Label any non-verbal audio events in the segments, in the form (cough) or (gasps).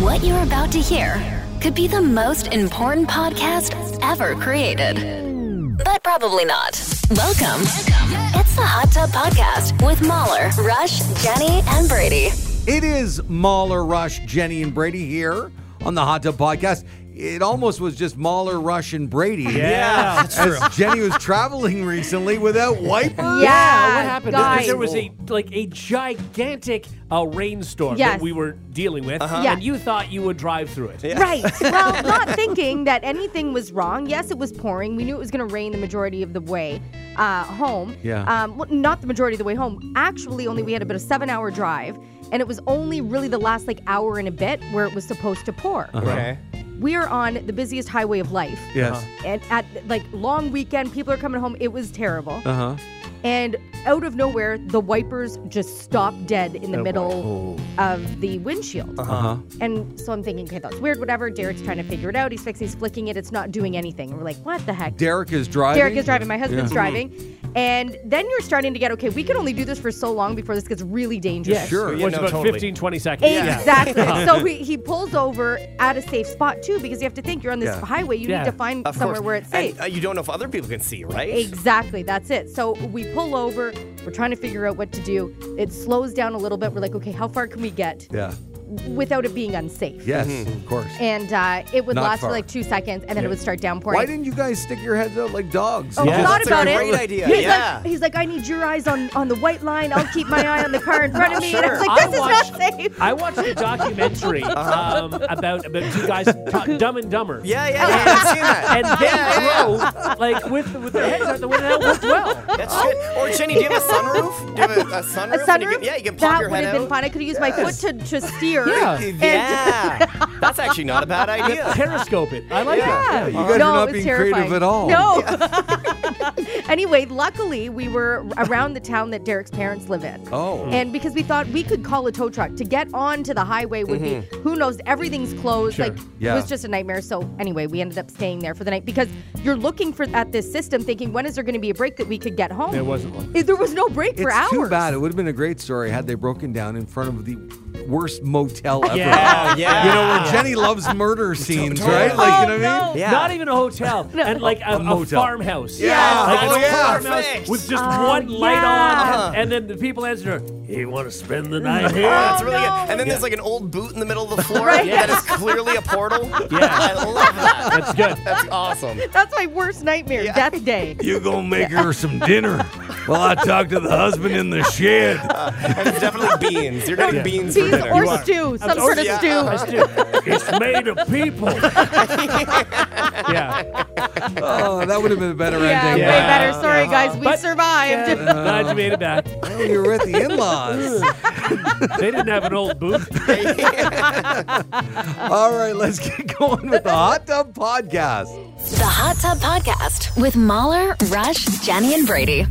What you're about to hear could be the most important podcast ever created, but probably not. Welcome. It's the Hot Tub Podcast with Mahler, Rush, Jenny, and Brady. It is Mahler, Rush, Jenny, and Brady here on the Hot Tub Podcast. It almost was just Mahler, Rush, and Brady. Yeah, As Jenny was traveling recently without wipers. Yeah, Oh, what happened? There- guys. There was a like a gigantic uh, rainstorm Yes. that we were dealing with, Yeah. and you thought you would drive through it. (laughs) Right. Well, (laughs) not thinking that anything was wrong. Yes, it was pouring. We knew it was going to rain the majority of the way uh, home. Yeah. Um, well, not the majority of the way home. Actually, only we had about a seven-hour drive, and it was only really the last like hour and a bit where it was supposed to pour. Uh-huh. Okay. We are on the busiest highway of life, Yes. and at like long weekend, people are coming home. It was terrible. Uh huh. And out of nowhere, the wipers just stopped dead in the middle of the windshield. Uh huh. And so I'm thinking, okay, that's weird, whatever. Derek's trying to figure it out. He's fixing, he's flicking it. It's not doing anything. And we're like, what the heck? Derek is driving. Derek is driving. My husband's Yeah. driving. And then you're starting to get, okay, we can only do this for so long before this gets really dangerous. Yes. Sure. Which Yeah, is no, about totally. 15, 20 seconds. Exactly. (laughs) so he, he pulls over at a safe spot too, because you have to think you're on this Yeah. highway. You Yeah. need to find Of somewhere course. where it's safe. And, uh, you don't know if other people can see, right? Exactly, that's it. So we pull over, we're trying to figure out what to do. It slows down a little bit. We're like, okay, how far can we get Yeah. without it being unsafe? Yes, of course. And uh, it would Not last far. for like two seconds and then it would start downpouring. Why didn't you guys stick your heads out like dogs? Oh, You I just- thought That's a about it. great idea, He's yeah. Like, he's like, I need your eyes on, on the white line. I'll keep my eye on the car in front of me. And I was like, I this is watched- not safe. I watched a documentary um, about about two guys, t- Dumb and Dumber. Yeah, Oh, yeah, yeah. I've seen that. And they Yeah, yeah. drove like with with their heads out the window. That worked well. That's good. Or Jenny, do you have a sunroof? Do you have a, a sunroof? A And you sunroof? can- yeah, you can pop that your would head have been out. fun. I could have used my foot to, to steer. Yeah. (laughs) Yeah, that's actually not a (laughs) bad idea. Periscope it. I like Yeah. that. you guys are no, not it was being terrifying. creative at all. No. (laughs) anyway, luckily we were around the town that Derek's parents live in. Oh. And because we thought we could call a tow truck to get onto the highway would be who knows everything's closed Sure. like Mm-hmm. Yeah. it was just a nightmare. So anyway, we ended up staying there for the night because you're looking for at this system thinking when is there going to be a break that we could get home? There wasn't one. Eh, There was no break for it's hours. too bad. It would have been a great story had they broken down in front of the worst motel ever. Yeah. Oh, yeah. You know, where Jenny loves murder scenes, totally. right? Like, you Oh, know what I no. mean? Yeah. Not even a (laughs) hotel, and like a, a, motel. farmhouse. Yeah. like Oh, an old yeah. farmhouse Perfect. with just Oh, one light on, yeah. and- and then the people answer, "Hey, want to spend the (laughs) night Oh, here?" that's really no. good. And then there's like an old boot in the middle (laughs) of the floor Right. that is clearly a portal. Yeah. I love that. that's (laughs) good. That's awesome. That's my worst nightmare. Death (laughs) day. You (laughs) gonna make her some dinner while I talk to the husband in the shed. And it's definitely beans. You're getting Yeah. beans for Beans dinner. or stew, some sort of yeah. stew. Let's do it. It's made of people. (laughs) yeah. Oh, that would have been a better Yeah, ending. Yeah. way better. Sorry, guys, we But- survived. Glad you made it back. Well, you were at the in-laws. (laughs) They didn't have an old booth. All right, let's get going with the Hot Tub Podcast. The Hot Tub Podcast with Mahler, Rush, Jenny, and Brady.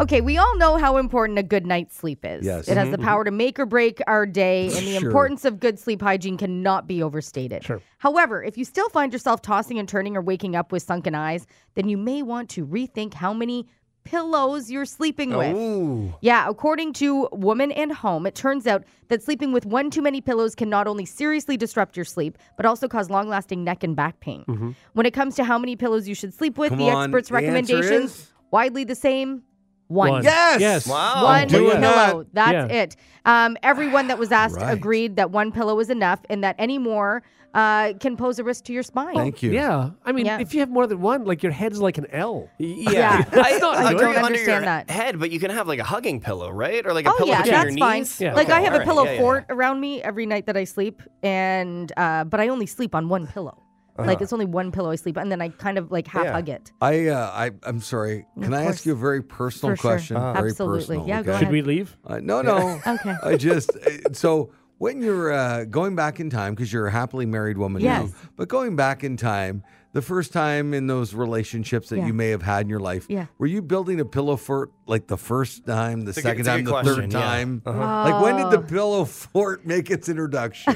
Okay, we all know how important a good night's sleep is. Yes. It has the power to make or break our day, and the Sure. importance of good sleep hygiene cannot be overstated. Sure. However, if you still find yourself tossing and turning or waking up with sunken eyes, then you may want to rethink how many pillows you're sleeping with. Ooh. Yeah, according to Woman and Home, it turns out that sleeping with one too many pillows can not only seriously disrupt your sleep, but also cause long lasting neck and back pain. When it comes to how many pillows you should sleep with, Mm-hmm. Come the on, experts' the answer recommendations is- widely the same one. One. Yes. Yes. Wow. One doing pillow. That's Yeah. it. Um, everyone that was asked Right. agreed that one pillow is enough and that any more uh, can pose a risk to your spine. Thank you. Yeah. I mean, Yeah. if you have more than one, like your head's like an L. Yeah, Yeah. not I, I good. don't I don't under your understand that. head, but you can have like a hugging pillow, right? Or like a Oh pillow yeah, between that's your fine. knees. Yeah. Like I Okay, have a alright. pillow Yeah, yeah, fort around me every night that I sleep, and uh, but I only sleep on one pillow. Like it's only one pillow I sleep, on, and then I kind of like half Uh-huh. Yeah. hug it. I, uh, I, I'm sorry. Can I ask course. you a very personal For sure. question? Uh-huh. Very Absolutely. personal. Yeah, go okay? ahead. Should we leave? Uh, no, no. (laughs) Okay. I just uh, so when you're uh, going back in time because you're a happily married woman Yes. now, but going back in time, the first time in those relationships that Yeah. you may have had in your life, Yeah. were you building a pillow fort like the first time, the a good- second it's a time, good the question, third yeah. Uh-huh. time? Like when did Oh. the pillow fort make its (laughs) introduction?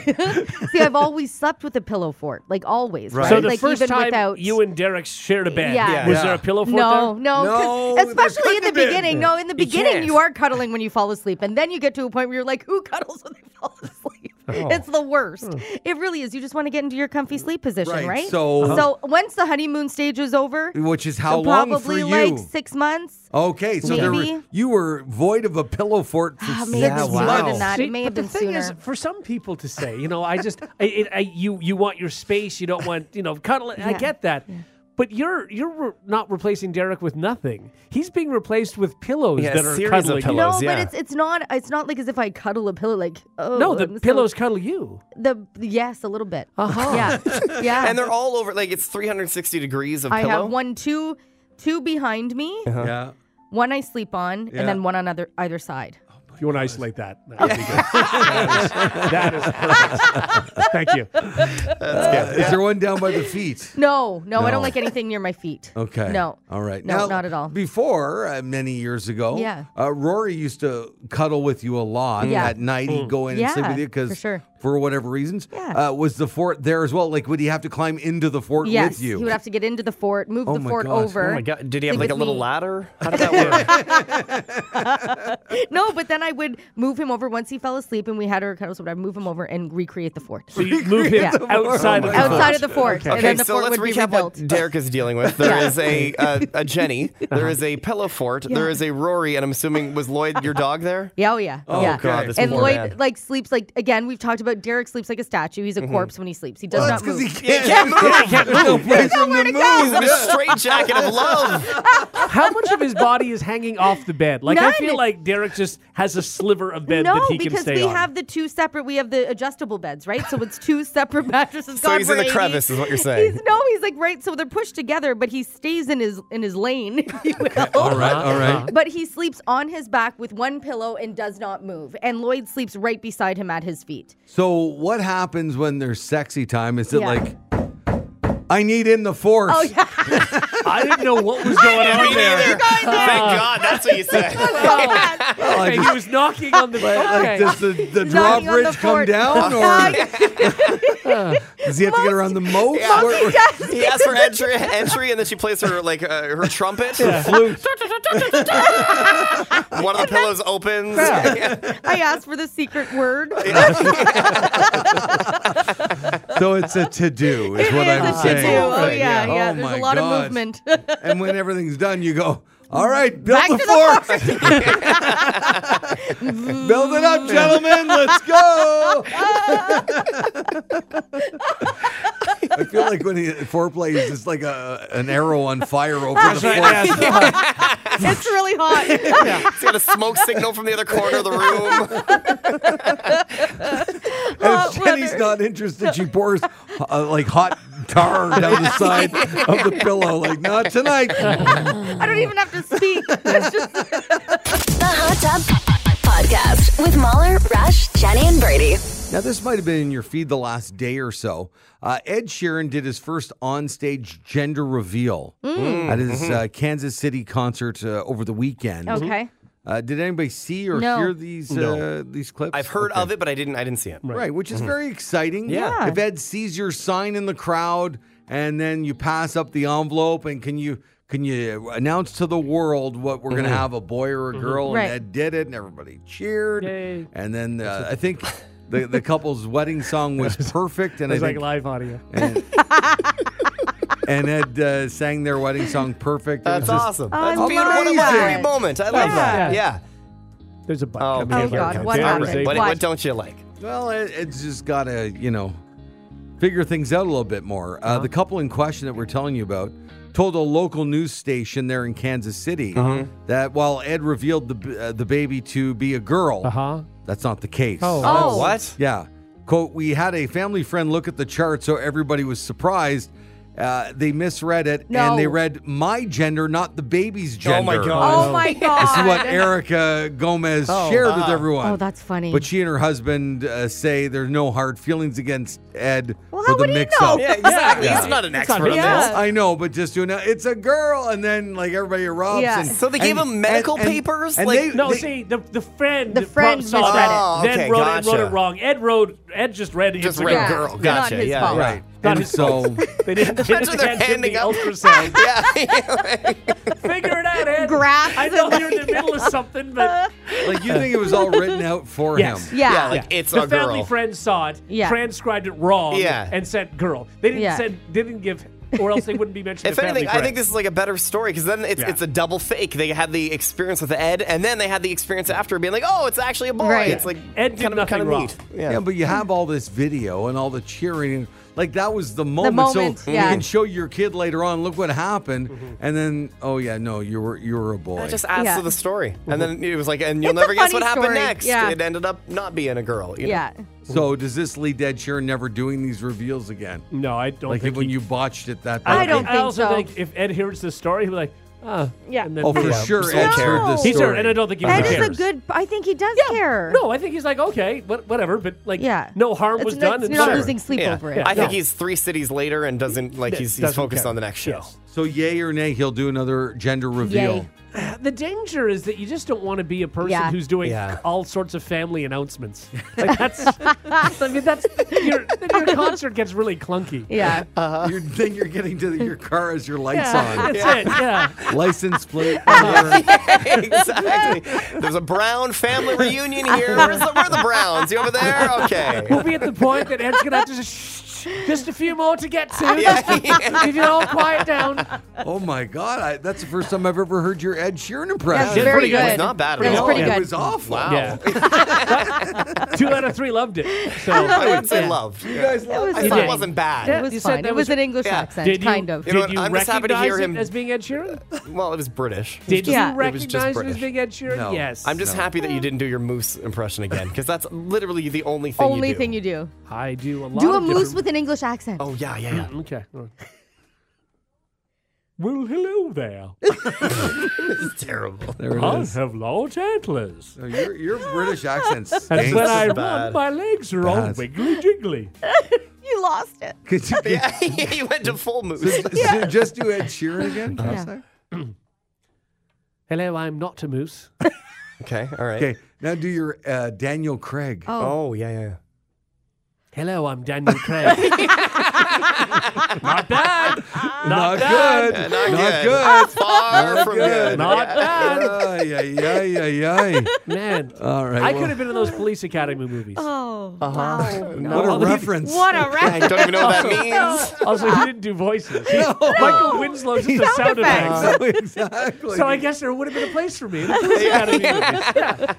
See, I've always slept with a pillow fort, like always. Right. Right. So the like first even time without you and Derek shared a bed, Yeah. was Yeah. there a pillow fort no, there? no, No, 'cause there especially in the couldn't have beginning. been. No, in the You beginning, you are can't. cuddling when you fall asleep, and then you get to a point where you're like, "Who cuddles when they fall asleep?" Oh. It's the worst. It really is. You just want to get into your comfy sleep position, Right, right? Uh-huh. so- so once the honeymoon stage is over, Which is how long for probably you? like six Oh, months. Okay, so there were, Maybe. you were void of a pillow fort for Ah, six maybe it's Oh, more months. than that. See, it may but have the been thing sooner. is, for some people to say, you know, I just, (laughs) I, it, I, you, you want your space. You don't want, you know, cuddle. I Yeah. get that. But you're you're re- not replacing Derek with nothing. He's being replaced with pillows Yeah, a that are series of cuddling. you. no, pillows. yeah. but it's it's not it's not like as if I cuddle a pillow like oh No, the I'm so- pillows cuddle you. the yes a little bit Uh-huh. (laughs) yeah yeah And they're all over. Like it's 360 degrees of I pillow. have one two two behind me Uh-huh. Yeah. one I sleep on Yeah. and then one on other either side If you want to isolate that, that would be good. that, (laughs) is, that is perfect. Thank you. Is there one down by the feet? no no I No. don't like anything near my feet Okay. no All right. no Now, not at all Before, uh, many years ago, Yeah. uh, Rory used to cuddle with you a lot Yeah. at night. He'd go in and sleep Yeah, with you because, for sure. whatever reasons, Yeah. uh, was the fort there as well? Like, would he have to climb into the fort yes with you? he would have to get into the fort move Oh the my fort gosh. over Oh my god! Did he have Sleep like a with little me. ladder? How did that (laughs) work? no but then I would move him over once he fell asleep and we had our cuddles would I move him over and recreate the (laughs) fort So you move him Yeah. outside of the Oh outside of (laughs) the fort and okay, then the so fort let's would be recap rebuilt what Derek is dealing with. There is a a, (laughs) a Jenny. There is a pillow fort. There is a Rory, and I'm assuming was Lloyd your (laughs) dog there? Yeah, oh yeah. Oh, yeah. God, this and poor Lloyd man. like sleeps like again, we've talked about Derek sleeps like a statue. He's a Mm-hmm. corpse when he sleps. He does Well, that's not because move. he can't, There's no place for him to He's move. in a straitjacket (laughs) of love. How much of his body is hanging off the bed? Like I None. feel like Derek just has a sliver of bed no, that he can because stay we on. have the two separate we have the adjustable beds, right? So it's two separate (laughs) mattresses So gone he's for in the 80. crevice, is what you're saying. He's, no, he's like right so they're pushed together, but he stays in his in his lane, (laughs) if you will. All right. All right. (laughs) But he sleeps on his back with one pillow and does not move. And Lloyd sleeps right beside him at his (laughs) feet. So, what happens when there's sexy time? Is it Yeah. like, I need in the fort? Oh yeah. I didn't know what was going on there. (laughs) Thank God, that's what you said. I Okay, he was knocking on the. Like, Okay. does the, the Knocking on the drawbridge come fort. (laughs) down, or (laughs) does he have to get around the (laughs) moat? Or- or- He asked for entry, entry, and then she plays her like uh, her trumpet. flute. One of the pillows opens. I asked for the secret word. (laughs) So it's a to do, is what It I'm is a saying. to-do. Oh yeah, Oh, yeah. There's my a lot gosh. of movement. (laughs) and when everything's done, you go, all right, build Back the to fort. (laughs) Mm. build it up, gentlemen. Let's (laughs) go. I feel like when he foreplay is just like a, an arrow on fire over the fort. (laughs) It's really hot. (laughs) (laughs) He's got a smoke signal from the other corner of the room. And Hot if Jenny's weather. not interested, she pours uh, like hot tar down (laughs) the side of the pillow. Like, not tonight. I don't even have to speak. It's just The Hot Tub Podcast with Mahler, Rush, Jenny, and Brady. Now, this might have been in your feed the last day or so. Uh, Ed Sheeran did his first onstage gender reveal at his uh, Kansas City concert uh, over the weekend. okay. Uh, did anybody see or Oh. No. hear these uh, these clips? (laughs) I've heard Okay. of it, but I didn't. I didn't see it. Right, which is very exciting. Yeah. Yeah. If Ed sees your sign in the crowd and then you pass up the envelope and can you can you announce to the world what we're gonna have a boy or a girl and Right. Ed did it and everybody cheered Yay. and then uh, I think the the couple's wedding song was perfect and I It's like think live audio. and, and Ed uh, sang their wedding song perfect. It was That's just- awesome. Oh, I That's beautiful. What a love lovely it. moment. I love Yeah. that. Yeah. There's a button Oh, coming in. okay, God, Okay, what there happened? was a- What, Why- what don't you like? Well, it, it's just got to, you know, figure things out a little bit more. Uh-huh. Uh, the couple in question that we're telling you about told a local news station there in Kansas City Uh-huh. that while Ed revealed the, b- uh, the baby to be a girl, Uh-huh. that's not the case. Oh. Oh. What? Yeah. Quote, we had a family friend look at the chart so everybody was surprised. Uh, they misread it No. and they read my gender, not the baby's gender. Oh my God. Oh my god. This is what Erica Gomez shared with everyone. Oh, that's funny. But she and her husband uh, say there's no hard feelings against Ed Well, for how the would he mix know? up. Yeah, exactly. Yeah. He's not an It's expert not on his this. Yeah. I know, but just doing it, it's a girl, and then like everybody erupts. Yeah. And, So they gave and- him medical and- and- papers? and Like- they- No, they- see, the the friend The that friend saw misread it. Oh, that, then okay, wrote it, wrote gotcha. it wrong. Ed wrote, Ed just read it. Just into read the- Yeah. girl. Not Gotcha. his yeah. fault. yeah. Right. Not And his so (laughs) They didn't. They That's didn't what they're hand him handing the out. ultrasound. (laughs) (laughs) yeah. Figure it out, Ed. Graphs I know and you're in the middle of something, but like you think it was all written out for Yes. him. Yeah. Yeah, like it's the a girl. family friend saw it, Yeah. transcribed it wrong, Yeah. and said "girl." They didn't Yeah. said didn't give, or else they wouldn't be mentioned. If anything, I think this is like a better story because then it's Yeah. it's a double fake. They had the experience with Ed, and then they had the experience after being like, "Oh, it's actually a boy." Right. It's like Ed did kind of nothing kind of wrong. neat. Yeah. but you have all this video and all the cheering. Like that was the moment. moment, so yeah. you can show your kid later on, look what happened. Mm-hmm. And then, oh yeah, no, you were you were a boy. That just adds Yeah. Mm-hmm. to the story. And then it was like, and you'll It's a never guess funny what happened story. next. Yeah. It ended up not being a girl. you know? yeah. so does this lead Ed Sheeran never doing these reveals again? no, I don't. Like think when he- you botched it that I bad? don't I think also so. think if Ed hears this story, he'll be like, "Ah, Yeah. and then Oh, for move on. sure, No. Ed heard this He's heard, story. and I don't think he Who Ed is a cares? good. I think he does care. No, I think he's like, okay, what, whatever, but like, Yeah. no harm It's was n- done. it's and You're not whatever. losing sleep Yeah. over it. I think No. he's three cities later and doesn't like he's, he's Doesn't focused count. on the next show. Yes. So yay or nay, he'll do another gender reveal. Yay. The danger is that you just don't want to be a person Yeah. who's doing Yeah. all sorts of family (laughs) announcements. Like that's, (laughs) I mean, that's your, then your concert gets really clunky. Yeah. (laughs) You're, then you're getting to the, your car as your lights Yeah, (laughs) that's it. Yeah. on. License plate. number. (laughs) exactly. There's a (laughs) Brown family reunion here. Where's the, where are the Browns? You over there? We'll Okay. be at the point that Ed's gonna have to just shh, shh, just a few more to get to. Yeah. (laughs) If you all quiet down, Oh my God! I, that's the first time I've ever heard your Ed Sheeran impression. That's very pretty good. good. It's not bad at That was all. pretty It good. was awful. Wow. (laughs) yeah, two out of three loved it. So I would say Yeah. love. You guys love was I thought fine. it wasn't bad. Yeah. It was You said fine. that It was was a- an English Yeah. accent, did you kind of. You know did what, you I'm just happy to recognize hear it him- as being Ed Sheeran? Well, it was British. Did just- Yeah. you It was just recognize it as British. being Ed Sheeran? No. Yes. I'm just happy Oh. that you didn't do your moose impression again because that's literally the only thing. Only you do. thing you do. I do a lot. Do a of moose different- with an English accent. Oh yeah, yeah. yeah. Okay. Well, hello there. Mm-hmm. It's terrible. (laughs) There it I is. have large antlers. No, your, your British accent And stinks. when I run, bad. my legs are all Bad. wiggly jiggly. You lost it. (laughs) Could you get- he went to full moose. so- so (laughs) just do Ed Sheeran again? Can I Yeah. say? Hello, I'm not a moose. Okay, all right. Okay, now do your uh, Daniel Craig. Oh. Oh yeah, yeah. yeah. Hello, I'm Daniel (laughs) Craig. not bad. Not, not, bad. good. Yeah, not, not good. good. Far from good. Not bad. Ay, ay, ay, ay, ay. Man, All right. Uh, I Uh, well, could have been in those Police Academy movies. Oh. Wow. What a No. reference. (laughs) What a I reference. don't even know what that means. Also, he didn't do voices. Michael Winslow's just a sound sound effects. effect. No, exactly. So I guess there would have been a place for me (laughs) in the Police Academy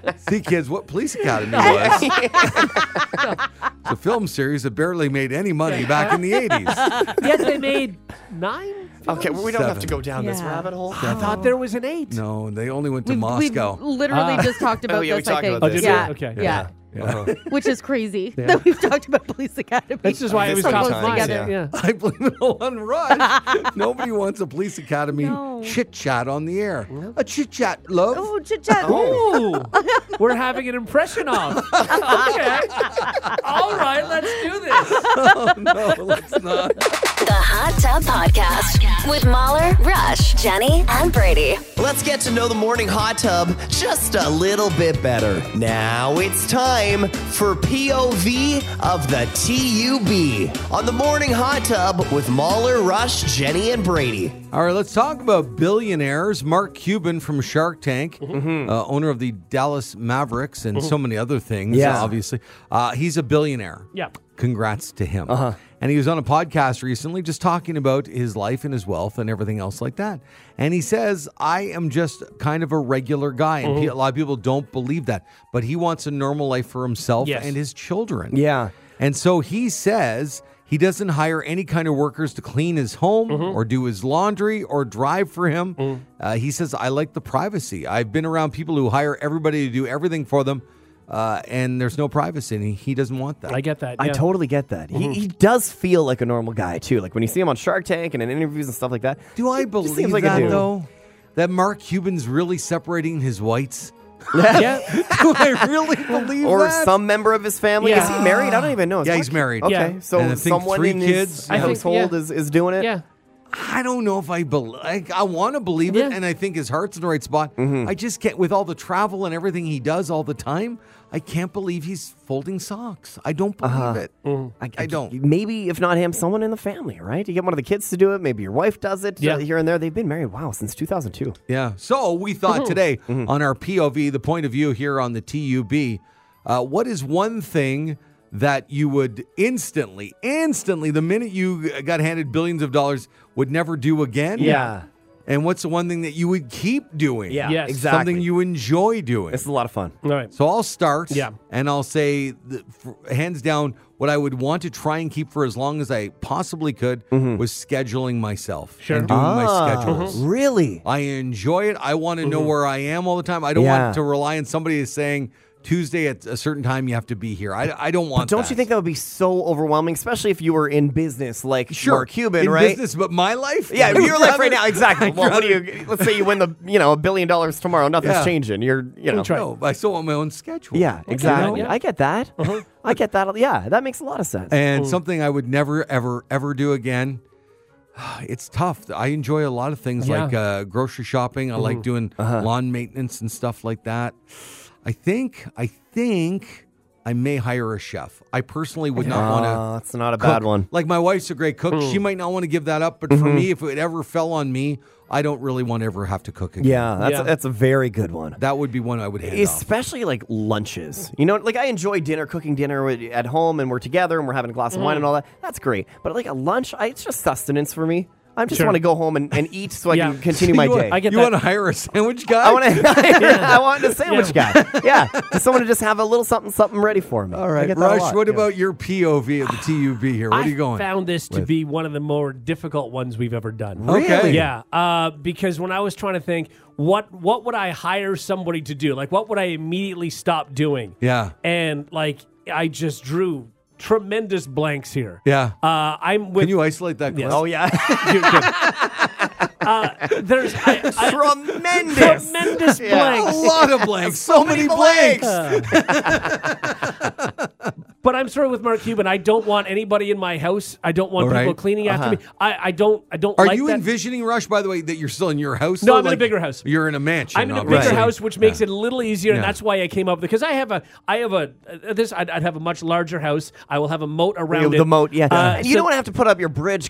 movies. See, kids, what Police Academy was. it's a film series that barely made any money back in the 80s. Yet they made nine. Okay, well, we don't have to Seven. go down this Yeah. rabbit hole. I thought there was an eight. No, they only went to We've, we've Moscow. literally Ah. just talked about yeah, we this, I talked think. about this. Oh, did we? yeah. Okay. Yeah. Yeah. Uh-huh. Which is crazy that we've talked about Police Academy. This is why it This was many top times, five. yeah. yeah. (laughs) I blame it all on Rush. Nobody wants a police academy No. chit chat on the air. A chit chat, love. Oh, chit chat. Ooh, (laughs) we're having an impression of. Okay. All right, let's do this. (laughs) No, let's not. The Hot Tub Podcast with Mahler, Rush, Jenny, and Brady. (laughs) Let's get to know the morning hot tub just a little bit better. Now it's time for POV of the TUB on the morning hot tub with Mahler, Rush, Jenny, and Brady. All right, let's talk about billionaires. Mark Cuban from Shark Tank, uh, owner of the Dallas Mavericks and so many other things, Yeah. obviously. Uh, he's a billionaire. Yeah. Congrats to him. Uh-huh. And he was on a podcast recently just talking about his life and his wealth and everything else like that. And he says, I am just kind of a regular guy. And pe- a lot of people don't believe that. But he wants a normal life for himself Yes. and his children. Yeah. And so he says he doesn't hire any kind of workers to clean his home Mm-hmm. or do his laundry or drive for him. Uh, he says, I like the privacy. I've been around people who hire everybody to do everything for them, uh, and there's no privacy, and he, he doesn't want that. I get that. I yeah. totally get that. Mm-hmm. He, he does feel like a normal guy too. Like when you see him on Shark Tank and in interviews and stuff like that. do I it just believe seems like a that, dude. though? That Mark Cuban's really separating his whites? (laughs) Yeah. do I really (laughs) believe Or that? some member of his family. Is Yeah. he married? I don't even know. Is Yeah, Mark- he's married. Okay, Yeah. so And I think someone three in kids. his I think- household yeah. is, is doing it. Yeah. I don't know if I believe. I, I want to believe it, Yeah. and I think his heart's in the right spot. Mm-hmm. I just can't. With all the travel and everything he does all the time, I can't believe he's folding socks. I don't Uh-huh. believe it. Mm-hmm. I, I don't. Maybe if not him, someone in the family, right? You get one of the kids to do it. Maybe your wife does it Yeah. uh, here and there. They've been married, wow, since 2002. Yeah. So we thought Mm-hmm. today on our POV, the point of view here on the TUB, uh, what is one thing that you would instantly, instantly, the minute you got handed billions of dollars, would never do again? And what's the one thing that you would keep doing? Yeah, Yes. exactly. Something you enjoy doing. This is a lot of fun. All right. So I'll start. Yeah. And I'll say, the, f hands down, what I would want to try and keep for as long as I possibly could Mm-hmm. was scheduling myself Sure. and doing Mm, Ah. my schedules. Mm-hmm. Really? I enjoy it. I want to know where I am all the time. I don't Yeah. want to rely on somebody saying Tuesday at a certain time you have to be here. I, I don't want. Don't you think that would be so overwhelming, especially if you were in business like sure Mark Cuban, in right? Business, but my life. (laughs) Yeah, I'd your life rather- right now, (laughs) exactly. I'd Well, what do rather- you? Let's say you win the, you know, a billion dollars tomorrow. Nothing's Yeah. changing. You're, you know, try. No, I still want my own schedule. yeah, exactly. yeah. Uh-huh. I get that. (laughs) I get that. Yeah, that makes a lot of sense. And something I would never, ever, ever do again. (sighs) It's tough. I enjoy a lot of things Yeah. like uh, grocery shopping. I like doing Uh-huh. lawn maintenance and stuff like that. I think, I think I may hire a chef. I personally would not want to. Uh, that's not a bad cook. one. Like my wife's a great cook. She might not want to give that up, but Mm-hmm. for me, if it ever fell on me, I don't really want to ever have to cook again. Yeah, that's Yeah. that's a very good one. That would be one I would hand off. Especially like lunches. You know, like I enjoy dinner, cooking dinner wi- at home, and we're together and we're having a glass of wine Mm. and all that. That's great. But like a lunch, I, it's just sustenance for me. I just Sure. want to go home and, and eat so I Yeah. can (laughs) continue (laughs) my you day. Want, I get you that. want to hire a sandwich guy? I want (laughs) to. (laughs) I want a sandwich guy. Yeah, just someone to just have a little something, something ready for me. All right, Rush, what about your POV of the TUB here? Where are you going? I found this to with? be one of the more difficult ones we've ever done. Okay. Yeah, uh, because when I was trying to think, what what would I hire somebody to do? Like, what would I immediately stop doing? Yeah. and like I just drew tremendous blanks here. Yeah. uh, I'm with Can you isolate that? clip? Oh (laughs) yeah, (laughs) Dude, dude. uh, there's I, (laughs) I, tremendous. tremendous A blanks. lot (laughs) of blanks. so many blanks. But I'm sort of with Mark Cuban. I don't want anybody in my house. I don't want All right. people cleaning Uh-huh. after me. I, I don't. I don't. Are like you that. envisioning, Rush, by the way, that you're still in your house? No, though? I'm in a bigger house. You're in a mansion. I'm in a obviously. bigger house, which makes it a little easier, and Yeah. that's why I came up because I have a, I have a uh, this. I'd, I'd have a much larger house. I will have a moat around it. the moat, yeah. Uh, and so- you don't want to have to put up your bridge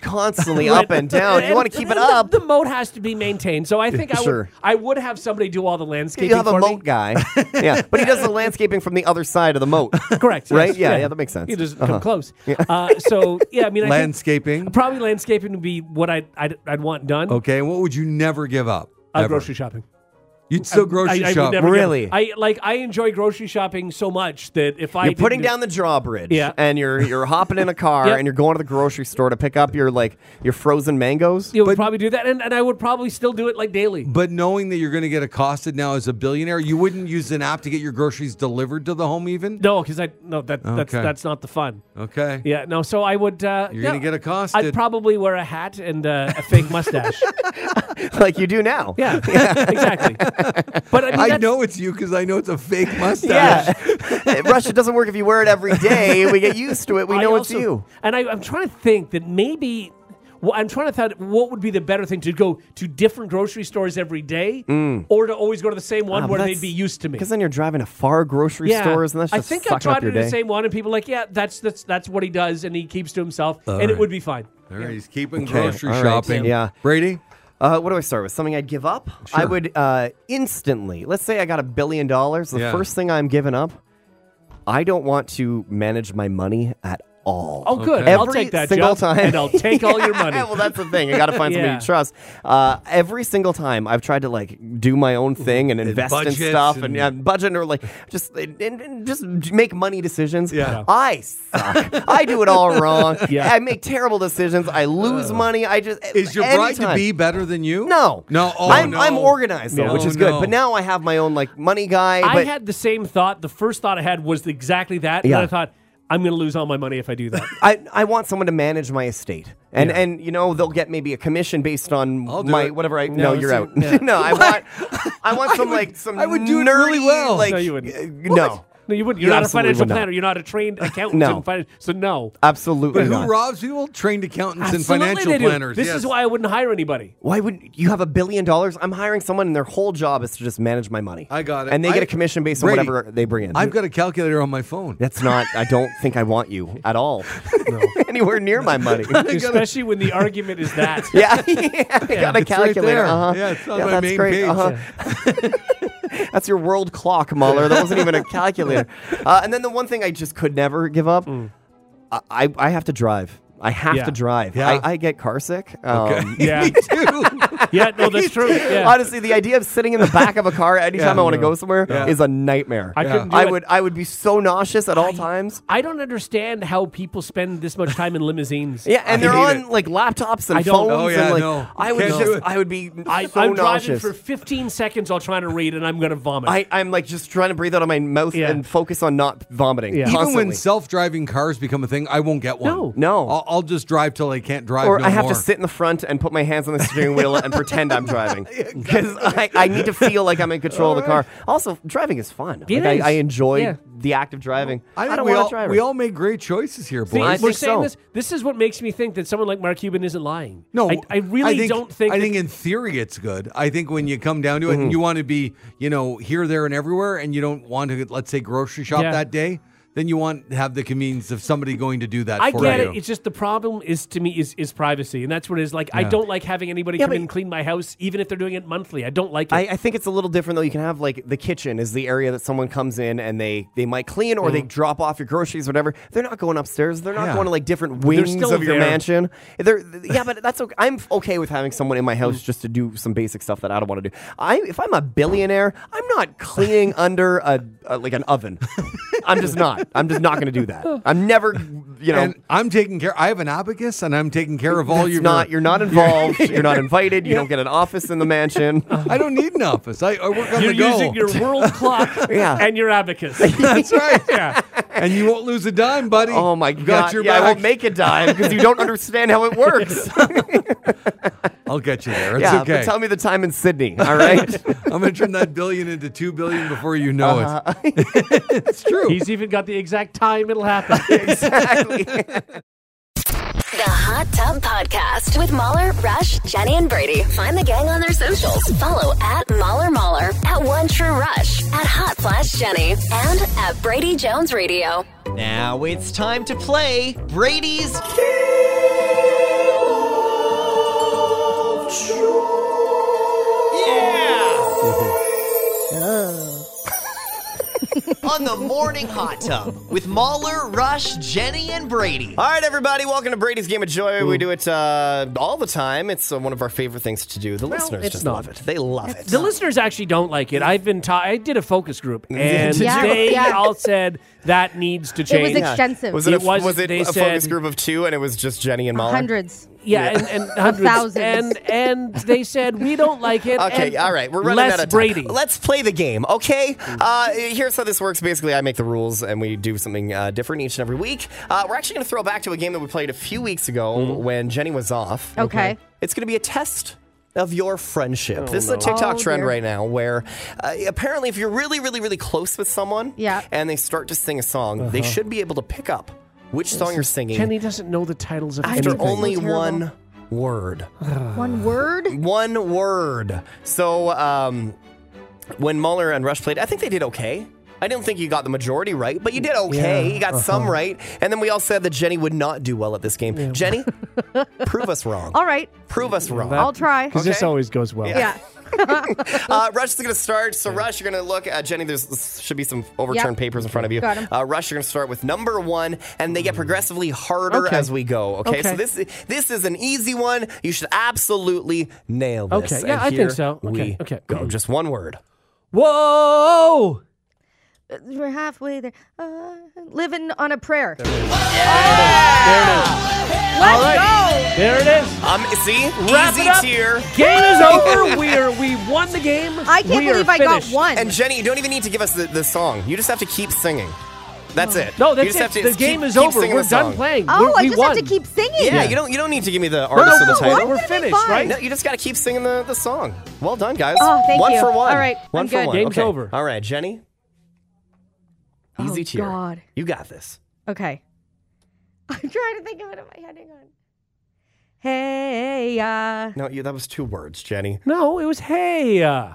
(laughs) constantly up and down. You want to keep it the- up. The, moat has to be maintained, so (laughs) I think I would, Sure. I would have somebody do all the landscaping. You have a for me. moat guy. (laughs) yeah, but he does the landscaping from the other side of the moat. correct? Right? yes, Yeah, yeah, that makes sense. Uh-huh. You just come close. Uh, so yeah, I mean, I (laughs) think Landscaping. probably landscaping would be what I'd, I'd, I'd want Oh, done. Okay, and what would you never give up? Uh, ever? grocery shopping. You'd still grocery I, I would shop. never get- Really? I like. I enjoy grocery shopping so much that if (laughs) I You're didn't putting do- down the drawbridge, Yeah. and you're you're hopping in a (laughs) car, Yep. and you're going to the grocery store to pick up your like your frozen mangoes. you would probably do that, and, and I would probably still do it like daily. But knowing that you're going to get accosted now as a billionaire, you wouldn't use an app to get your groceries delivered to the home, even. No, because I no that that's Okay. that's not the fun. Okay. Yeah, no. So I would. Uh, You're yeah, gonna get accosted. I'd probably wear a hat and uh, a fake (laughs) mustache. like you do now. yeah, exactly. But I, mean, I that's- know it's you because I know it's a (laughs) fake mustache. Yeah. (laughs) Rush, it doesn't work if you wear it every day. We get used to it. We I know also- it's you. And I, I'm trying to think that maybe. Well, I'm trying to thought what would be the better thing to go to different grocery stores every day, Mm. or to always go to the same Ah, one where they'd be used to me. Because then you're driving to far grocery stores, and that's I just think I sucking up tried your it in day. the same one, and people are like, yeah, that's that's that's what he does, and he keeps to himself, and it right. would be fine. All right, he's keeping Okay, grocery all right, shopping. yeah. Brady. Uh, what do I start with? Something I'd give up? I would uh, instantly. Let's say I got a billion dollars. The Yeah. first thing I'm giving up, I don't want to manage my money at all. Oh, good. Okay. I'll Every take that single job, time. and I'll take all your money. (laughs) well, that's the thing. I got to find somebody Yeah. you trust. Uh, every single time I've tried to like do my own thing and invest in budgets stuff and, and- yeah, budget or like just and, and just make money decisions. Yeah. I suck. I do it all wrong. (laughs) Yeah. I make terrible decisions. I lose money. I just Oh. Is your bride to anytime. be better than you? No, No. Oh, I'm, no. I'm organized though, No, which is good. no. But now I have my own like money guy. I but had the same thought. The first thought I had was exactly that, and Yeah. then I thought I'm going to lose all my money if I do (laughs) that. I, I want someone to manage my estate. And and you know they'll get maybe a commission based on I'll do my it. whatever I No, no, you're so- out (laughs) (laughs) no I want I want some would- like some I would do it nerdy really well. like No, you wouldn't. uh, no No, you wouldn't. You're You not a absolutely financial would not. planner. You're not a trained accountant. No. in finance, so no. Absolutely But who not. robs people? Trained accountants Absolutely and they financial do. planners. This yes. is why I wouldn't hire anybody. Why would you have a billion dollars? I'm hiring someone, and their whole job is to just manage my money. I got it. And they I- get a commission based on Brady, whatever they bring in. I've got a calculator on my phone. (laughs) That's not. I don't think I want you at all. (laughs) Anywhere near my (laughs) money. Especially when the argument is that. (laughs) yeah, yeah, I got a It's right calculator. there. uh-huh. Yeah, it's on my that's main great. page. Uh-huh. that's your world clock, Mahler. That wasn't even a calculator. (laughs) Uh, and then the one thing I just could never give up, I, I I have to drive. I have Yeah. to drive. Yeah. I, I get car sick. Um, (laughs) Yeah. Me (laughs) too. Yeah, no, that's true. Yeah. Honestly, the idea of sitting in the back of (laughs) a car anytime I want to go somewhere Yeah. is a nightmare. I couldn't do I it. would I would be so nauseous at all times. I don't understand how people spend this much time in limousines. Yeah, and I they're hate on it. like laptops and I don't- phones Oh, yeah, and like no. I would Can't do just it. I would be I, so I'm driving nauseous. for 15 seconds while trying to read, and I'm going to vomit. I, I'm like just trying to breathe out of my mouth Yeah. and focus on not vomiting. Yeah. Even Constantly. when self-driving cars become a thing, I won't get one. No. No. I'll, I'll just drive till I can't drive. or no I have more. to sit in the front and put my hands on the steering wheel and pretend (laughs) I'm driving because I, I need to feel like I'm in control Oh, of the car. Also, driving is fun. It like, is. I, I enjoy Yeah. the act of driving. I, think don't we want all to drive. we all make great choices here, See, boys. I we're think saying so. this. This is what makes me think that someone like Mark Cuban isn't lying. No, I, I really think- don't think. I that- think in theory it's good. I think when you come down to it, Mm-hmm. and you want to be, you know, here, there, and everywhere, and you don't want to, let's say, grocery shop Yeah. that day, then you want to have the convenience of somebody going to do that. I for get you. it. It's just the problem is to me is is privacy, and that's what it is. Like I don't like having anybody come in and clean my house, even if they're doing it monthly. I don't like it. I, I think it's a little different though. You can have like the kitchen is the area that someone comes in and they they might clean or they drop off your groceries, whatever. They're not going upstairs. They're not Yeah. going to like different wings still of your there. mansion. They're yeah, but that's okay. I'm okay with having someone in my house just to do some basic stuff that I don't want to do. I if I'm a billionaire, I'm not cleaning under a, a like an oven. I'm just not. I'm just not going to do that. I'm never. You know, And I'm taking care. I have an abacus, and I'm taking care of all it's your. not. You're not involved. you're not invited. You don't get an office in the mansion. I don't need an office. I, I work on You're the go. (laughs) using your world clock Yeah. and your abacus. That's (laughs) right. yeah. and you won't lose a dime, buddy. Oh my Got god! your yeah, I back. won't make a dime because you (laughs) don't understand how it works. I'll get you there. It's yeah, okay. but tell me the time in Sydney. All (laughs) right. I'm gonna turn that billion into two billion before you know Uh-huh. it. it's true. He's even got the exact time it'll happen. The Hot Tub Podcast with Mahler, Rush, Jenny, and Brady. Find the gang on their socials. Follow at Mahler Mahler, at One True Rush, at Hot Flash Jenny, and at Brady Jones Radio. Now it's time to play Brady's Yeah! On the morning hot tub with Mahler, Rush, Jenny, and Brady. all right, everybody. Welcome to Brady's Game of Joy. We do it uh, all the time. It's uh, one of our favorite things to do. The listeners it's just not. love it. They love it. The listeners actually don't like it. I've been taught. I did a focus group, and Did you? they Yeah. all said that needs to It was change. Yeah. extensive. Was it, It a, was- was it they a focus said- group of two and it was just Jenny and Mahler? Hundreds. yeah, and, and (laughs) hundreds, thousands. and and they said we don't like it. Okay, and all right. We're running less out of time. Brady. Let's play the game, okay? Uh, here's how this works. Basically, I make the rules, and we do something uh, different each and every week. Uh, we're actually going to throw back to a game that we played a few weeks ago when Jenny was off. Mm-hmm. Okay. It's going to be a test of your friendship. this is a Oh, TikTok trend dear. right now where uh, apparently if you're really, really, really close with someone Yeah. Uh-huh. and they start to sing a song, they should be able to pick up which song you're singing Jenny doesn't know the titles of after anything. only So terrible. one word One word. one word. So um, when Muller and Rush played, I think they did okay. I didn't think you got the majority right, but you did okay. Yeah, you got some uh-huh. right. And then we all said that Jenny would not do well at this (laughs) game. Jenny, prove us wrong. All right. Prove us wrong. I'll try. Because this Okay. always goes well. Yeah. Uh, Rush is going to start. So, Rush, you're going to look at Jenny. There's this should be some overturned Yep. papers in front of you. Got 'em. Uh, Rush, you're going to start with number one, and they get progressively harder Okay. as we go. Okay? Okay. So this this is an easy one. You should absolutely nail this. Okay, yeah, And I think here so. Okay, we okay. Mm-hmm. Go. Just one word. Whoa! (laughs) We're halfway there. Uh, living on a prayer. Oh! All right. There it is. Um, see, Wrap easy it up. tier. Game is over. We are. We won the game. I can't We are believe I got finished. one. (laughs) And Jenny, you don't even need to give us the, the song. You just have to keep singing. That's it. Oh. No, You that's just it. have to the keep- game is keep over. singing We're the done song. playing. oh, We're- I we just won. have to keep singing. Yeah, you don't you don't need to give me No, the no, artist or the no, title. We're It's gonna be finished, fine. right? No, you just got to keep singing the, the song. Well done, guys. Oh, thank one you. for one. All right, one I'm for good. one. Game's Okay. over. All right, Jenny. Easy Oh, cheer. God. You got this. Okay. (laughs) I'm trying to think of it in my head. Hang on. Hey, uh. No, you, that was two words, Jenny. No, it was Hey uh,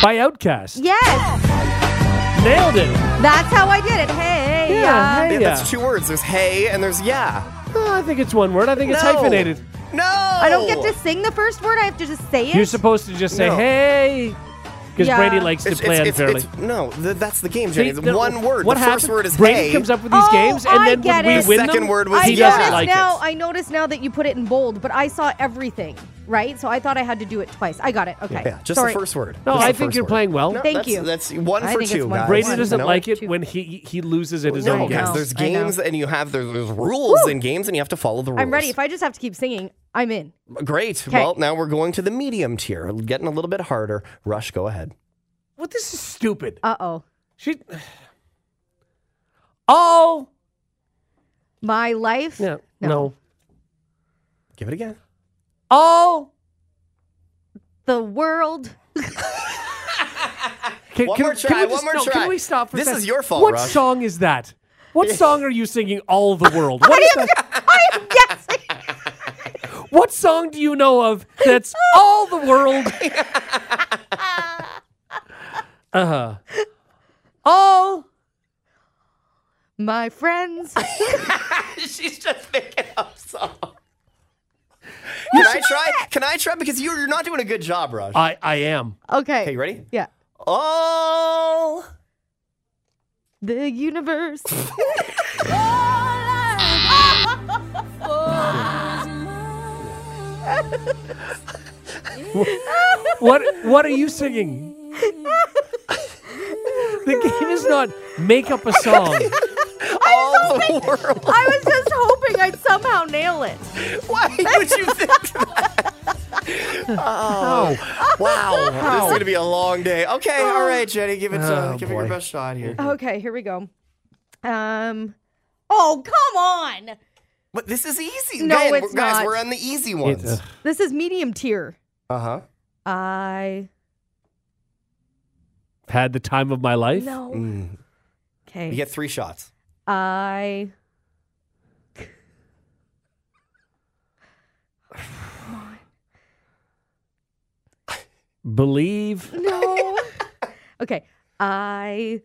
by Outcast. Yes, Nailed it. that's how I did it. Hey, uh. Yeah, hey, Yeah, uh. That's two words. There's hey and there's yeah. No, Oh, I think it's one word. I think it's No. hyphenated. No. I don't get to sing the first word. I have to just say it. Oh. You're supposed to just say No. Hey, because Yeah. Brady likes It's, to play it's, it's, unfairly. it's- no, th- that's the game, See, Jenny. It's the- one word. What the happens? first word is Brady hey. comes up with these Oh, games, and I then get when we it. The win second them, word was I he yeah. doesn't noticed like now. it. I noticed now that you put it in bold, but I saw everything right, so I thought I had to do it twice. I got it. Okay. Yeah, just Sorry. the first word. No, Just I the think first you're word. playing well. No, Thank that's- you. That's one I for think it's two, one guys. for Brady one. doesn't No. like it Two. when he he loses at his No, No, own I guys, games. know, there's I know. games and you have there's, there's rules in games and you have to follow the rules. I'm ready. If I just have to keep singing, I'm in. Great. 'Kay. Well, now we're going to the medium tier, getting a little bit harder. Rush, go ahead. Well, this is stupid. Uh oh. (sighs) She. Oh My life. no, No. no. Give it again. Oh. The world. Can, One more can try, we one just- more no, try. Can we stop for a This second? is your fault, What Rush. song is that? (laughs) What song are you singing? All the world. What is that? I am guessing. (laughs) What song do you know of that's all the world? (laughs) Uh huh. All. My (laughs) friends. She's just picking up songs. Can I try? Can I try? Because you're, you're not doing a good job, Rush. I I am. Okay. okay, you ready? Yeah. All The universe. (laughs) What What are you singing? the game is not make up a song. (laughs) all the world. (laughs) I was just hoping I'd somehow nail it. Why would you think that? Oh, wow. This is going to be a long day. Okay, all right, Jenny, give it, uh, Oh, give it your boy. best shot here. Okay, here we go. Um. Oh, come on. But this is easy. No, guys, it's we're, guys, not. we're on the easy It's- ones. This is medium tier. Uh huh. I. Had the time of my life. No. You Okay. get three shots. I. (laughs) Believe. No. (laughs) okay. I.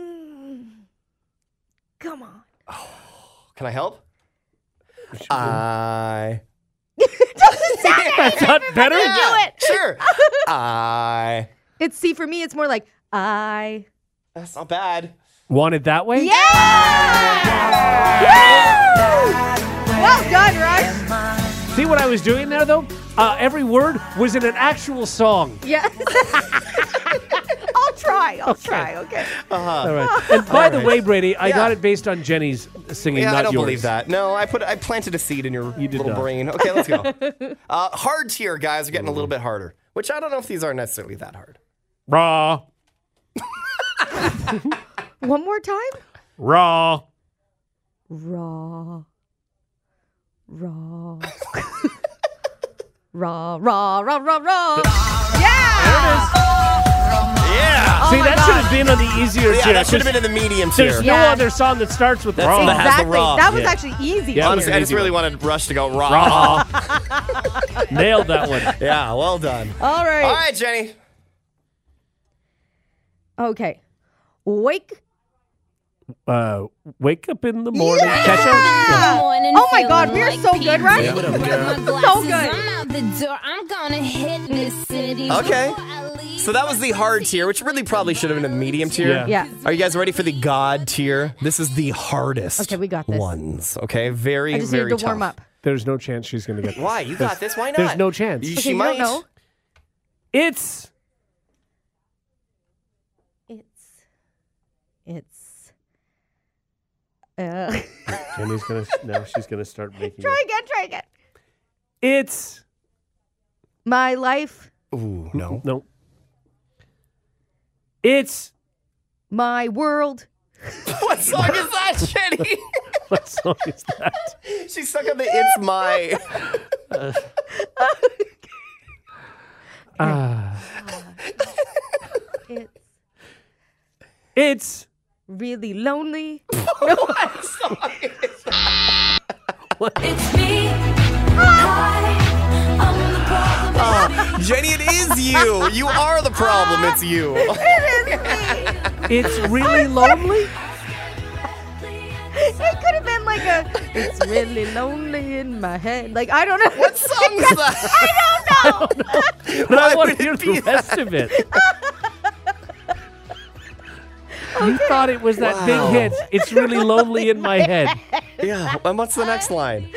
Mm. Come on. Can I help? I. (laughs) That's not better. Yeah, Sure. I. It's see for me. It's more like I. That's not bad. Want it that way? Yeah. Woo! Well done, Rush. See what I was doing there, though? Uh, every word was in an actual song. Yeah. (laughs) I'll try. I'll try. Okay. All right. (laughs) And by the way, Brady, I got it based on Jenny's singing, Yeah, not I don't yours. believe that. No, I put I planted a seed in your You did little not. brain. Okay, let's go. (laughs) uh, hard tier, guys. We're getting a little bit harder, which I don't know if these are necessarily that hard. Raw, One more time. raw. Raw. Raw. raw, raw, raw, raw, raw. Yeah. Yeah. See, that should have been on the easier Oh Yeah, tier. that should 'cause have been in the medium There's tier. no Yeah. other song that starts with That's raw. (laughs) the- has Exactly. raw. That was Yeah. actually easy. Yeah, it tier. was Honestly, I just easy really wanted Rush to go raw. raw. Nailed that one. (laughs) Yeah, well done. All right. All right, Jenny. Okay. Wake. Uh, wake up in the morning. Catch up. Oh my God, we are so good, right? (laughs) So good. Okay. So that was the hard tier, which really probably should have been in the medium tier. Yeah. Yeah. Are you guys ready for the God tier? This is the hardest. Okay, we got this. Ones. Okay, very, I just very needed to tough. warm up. There's no chance she's going to get this. Why? You got this. Why not? There's no chance. You- Okay, She you don't might. know. It's It's. It's. (laughs) Uh, (laughs) Jenny's going to now she's going to start (laughs) making try again. Try again. It's My life. Ooh, no. no. It's My world. (laughs) what song is that, Jenny? (laughs) what song is that? she stuck on the It's My. Ah. It's. It's Really lonely. It's me. I am the problem. (laughs) Jenny, it is you. You are the problem. It's (laughs) you. it's really lonely. It could have been like a. It's really lonely in my head. Like I don't know. What (laughs) song is that? I don't know. But I Why want would to hear it be the rest of it. You thought it was that Wow. big hit. It's really lonely in my head. yeah. And what's the next line?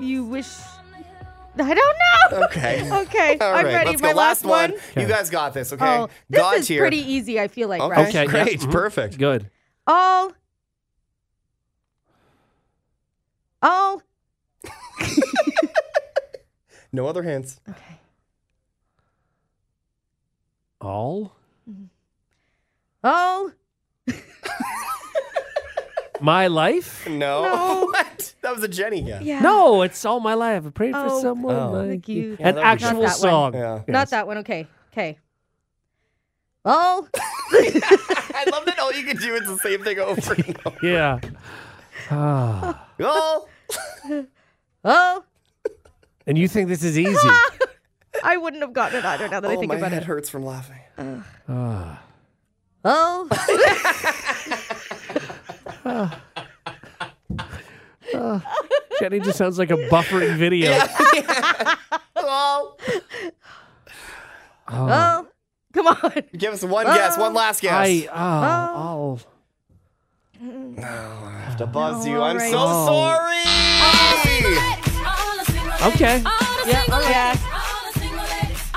you wish. I don't know. Okay. Okay. All I'm right, ready. Let's My go. last, Last, one. one. You guys got this, okay? Oh, this got is here. pretty easy. I feel like. okay. Raj. Okay, yeah, Great. mhm. Perfect. Good. All. All. No other hints. Okay. All All. my life? No. No. (laughs) what? That was a Jenny guess. Yeah. No, it's all my life. I prayed for Oh, someone Oh. like like you. you. Yeah, An that would be good. Not that actual one. song. Yeah. Not that one. Okay. Okay. All. I love that all you can do is the same thing over and over. Yeah. Ah. (laughs) Well, All. And you think this is easy? I wouldn't have gotten it either. Now that I oh, think my about head it. hurts from laughing. Ah. (laughs) All. Jenny just sounds like a buffering video. Well, All. Come on. give us one guess, one last guess. I oh, have to buzz you. all I'm right. so Oh. sorry. Oh, Okay. Yeah, yeah.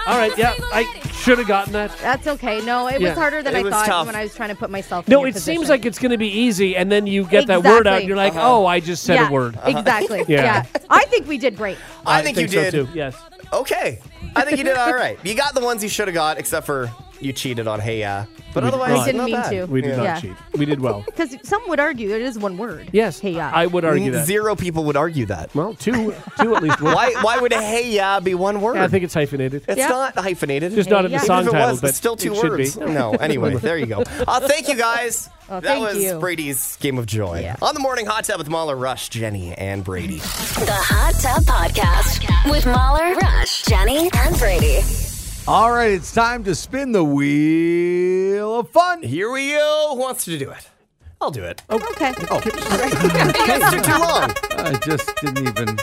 All right, yeah, I should have gotten that. That's okay. No, it Yeah. was harder than It I was thought tough. when I was trying to put myself. in No, your it seems position. like it's going to be easy, and then you get that word out, and Exactly. you're like, Uh-huh. oh, I just said yeah, a word. (laughs) Exactly. Yeah. yeah. I think we did great. I, think, you did. so too. Yes. Okay. I think you did all right. You got the ones you should have got, except for you cheated on Hey Ya. But otherwise, not. Didn't not mean bad. to. We did Yeah. not Yeah. cheat. We did well. Because some would argue it is one word. (laughs) Yes. Hey, uh, yeah. I would argue that. Zero people would argue that. Well, two, two at least. Were. Why, why would Hey Ya be one word? I think it's hyphenated. it's Yeah. not hyphenated. Just not in the Yeah. song Even if it title, was, but it's still two it should words. be. No, anyway, (laughs) there you go. Uh, thank you guys. Oh, that thank was you. Brady's game of joy. Yeah. On the morning hot tub with Mahler Rush, Jenny, and Brady. The Hot Tub Podcast with Mahler, Rush, Jenny, and Brady. All right, it's time to spin the wheel of fun. Here we go. Who wants to do it? I'll (laughs) do it. Oh, (laughs) Okay. you guys took too long. I just didn't even.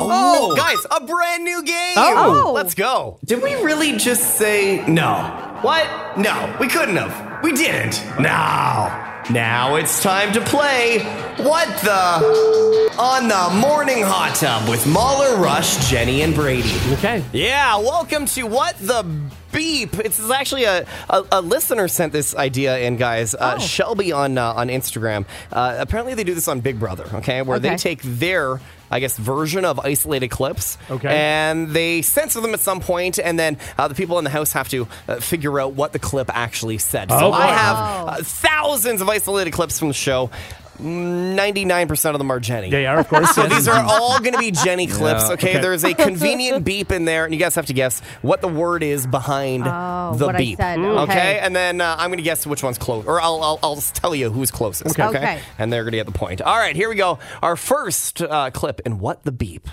Oh, guys, a brand new game. Oh. Let's go. Did we really just say no? What? No, we couldn't have. We didn't. Now. Now it's time to play What the on the morning hot tub with Mahler Rush, Jenny, and Brady. Okay. Yeah, welcome to What the Beep. This is actually a, a, a listener sent this idea in, guys. Uh, Oh. Shelby on uh, on Instagram. Uh, apparently, they do this on Big Brother, okay, where they Okay. take their, I guess, version of isolated clips, Okay. and they censor them at some point, and then uh, the people in the house have to uh, figure out what the clip actually said. So Oh, I boy. have uh, thousands of isolated clips from the show. Mm, Ninety-nine percent of them are Jenny. They are, of course. So yes. these (laughs) are all going to be Jenny clips. Okay? Okay. there's a convenient beep in there, and you guys have to guess what the word is behind Oh, the what I beep. said. Mm. Okay. and then uh, I'm going to guess which one's close, or I'll, I'll I'll tell you who's closest. Okay, Okay. and they're going to get the point. All right, here we go. Our first uh, clip in what the beep.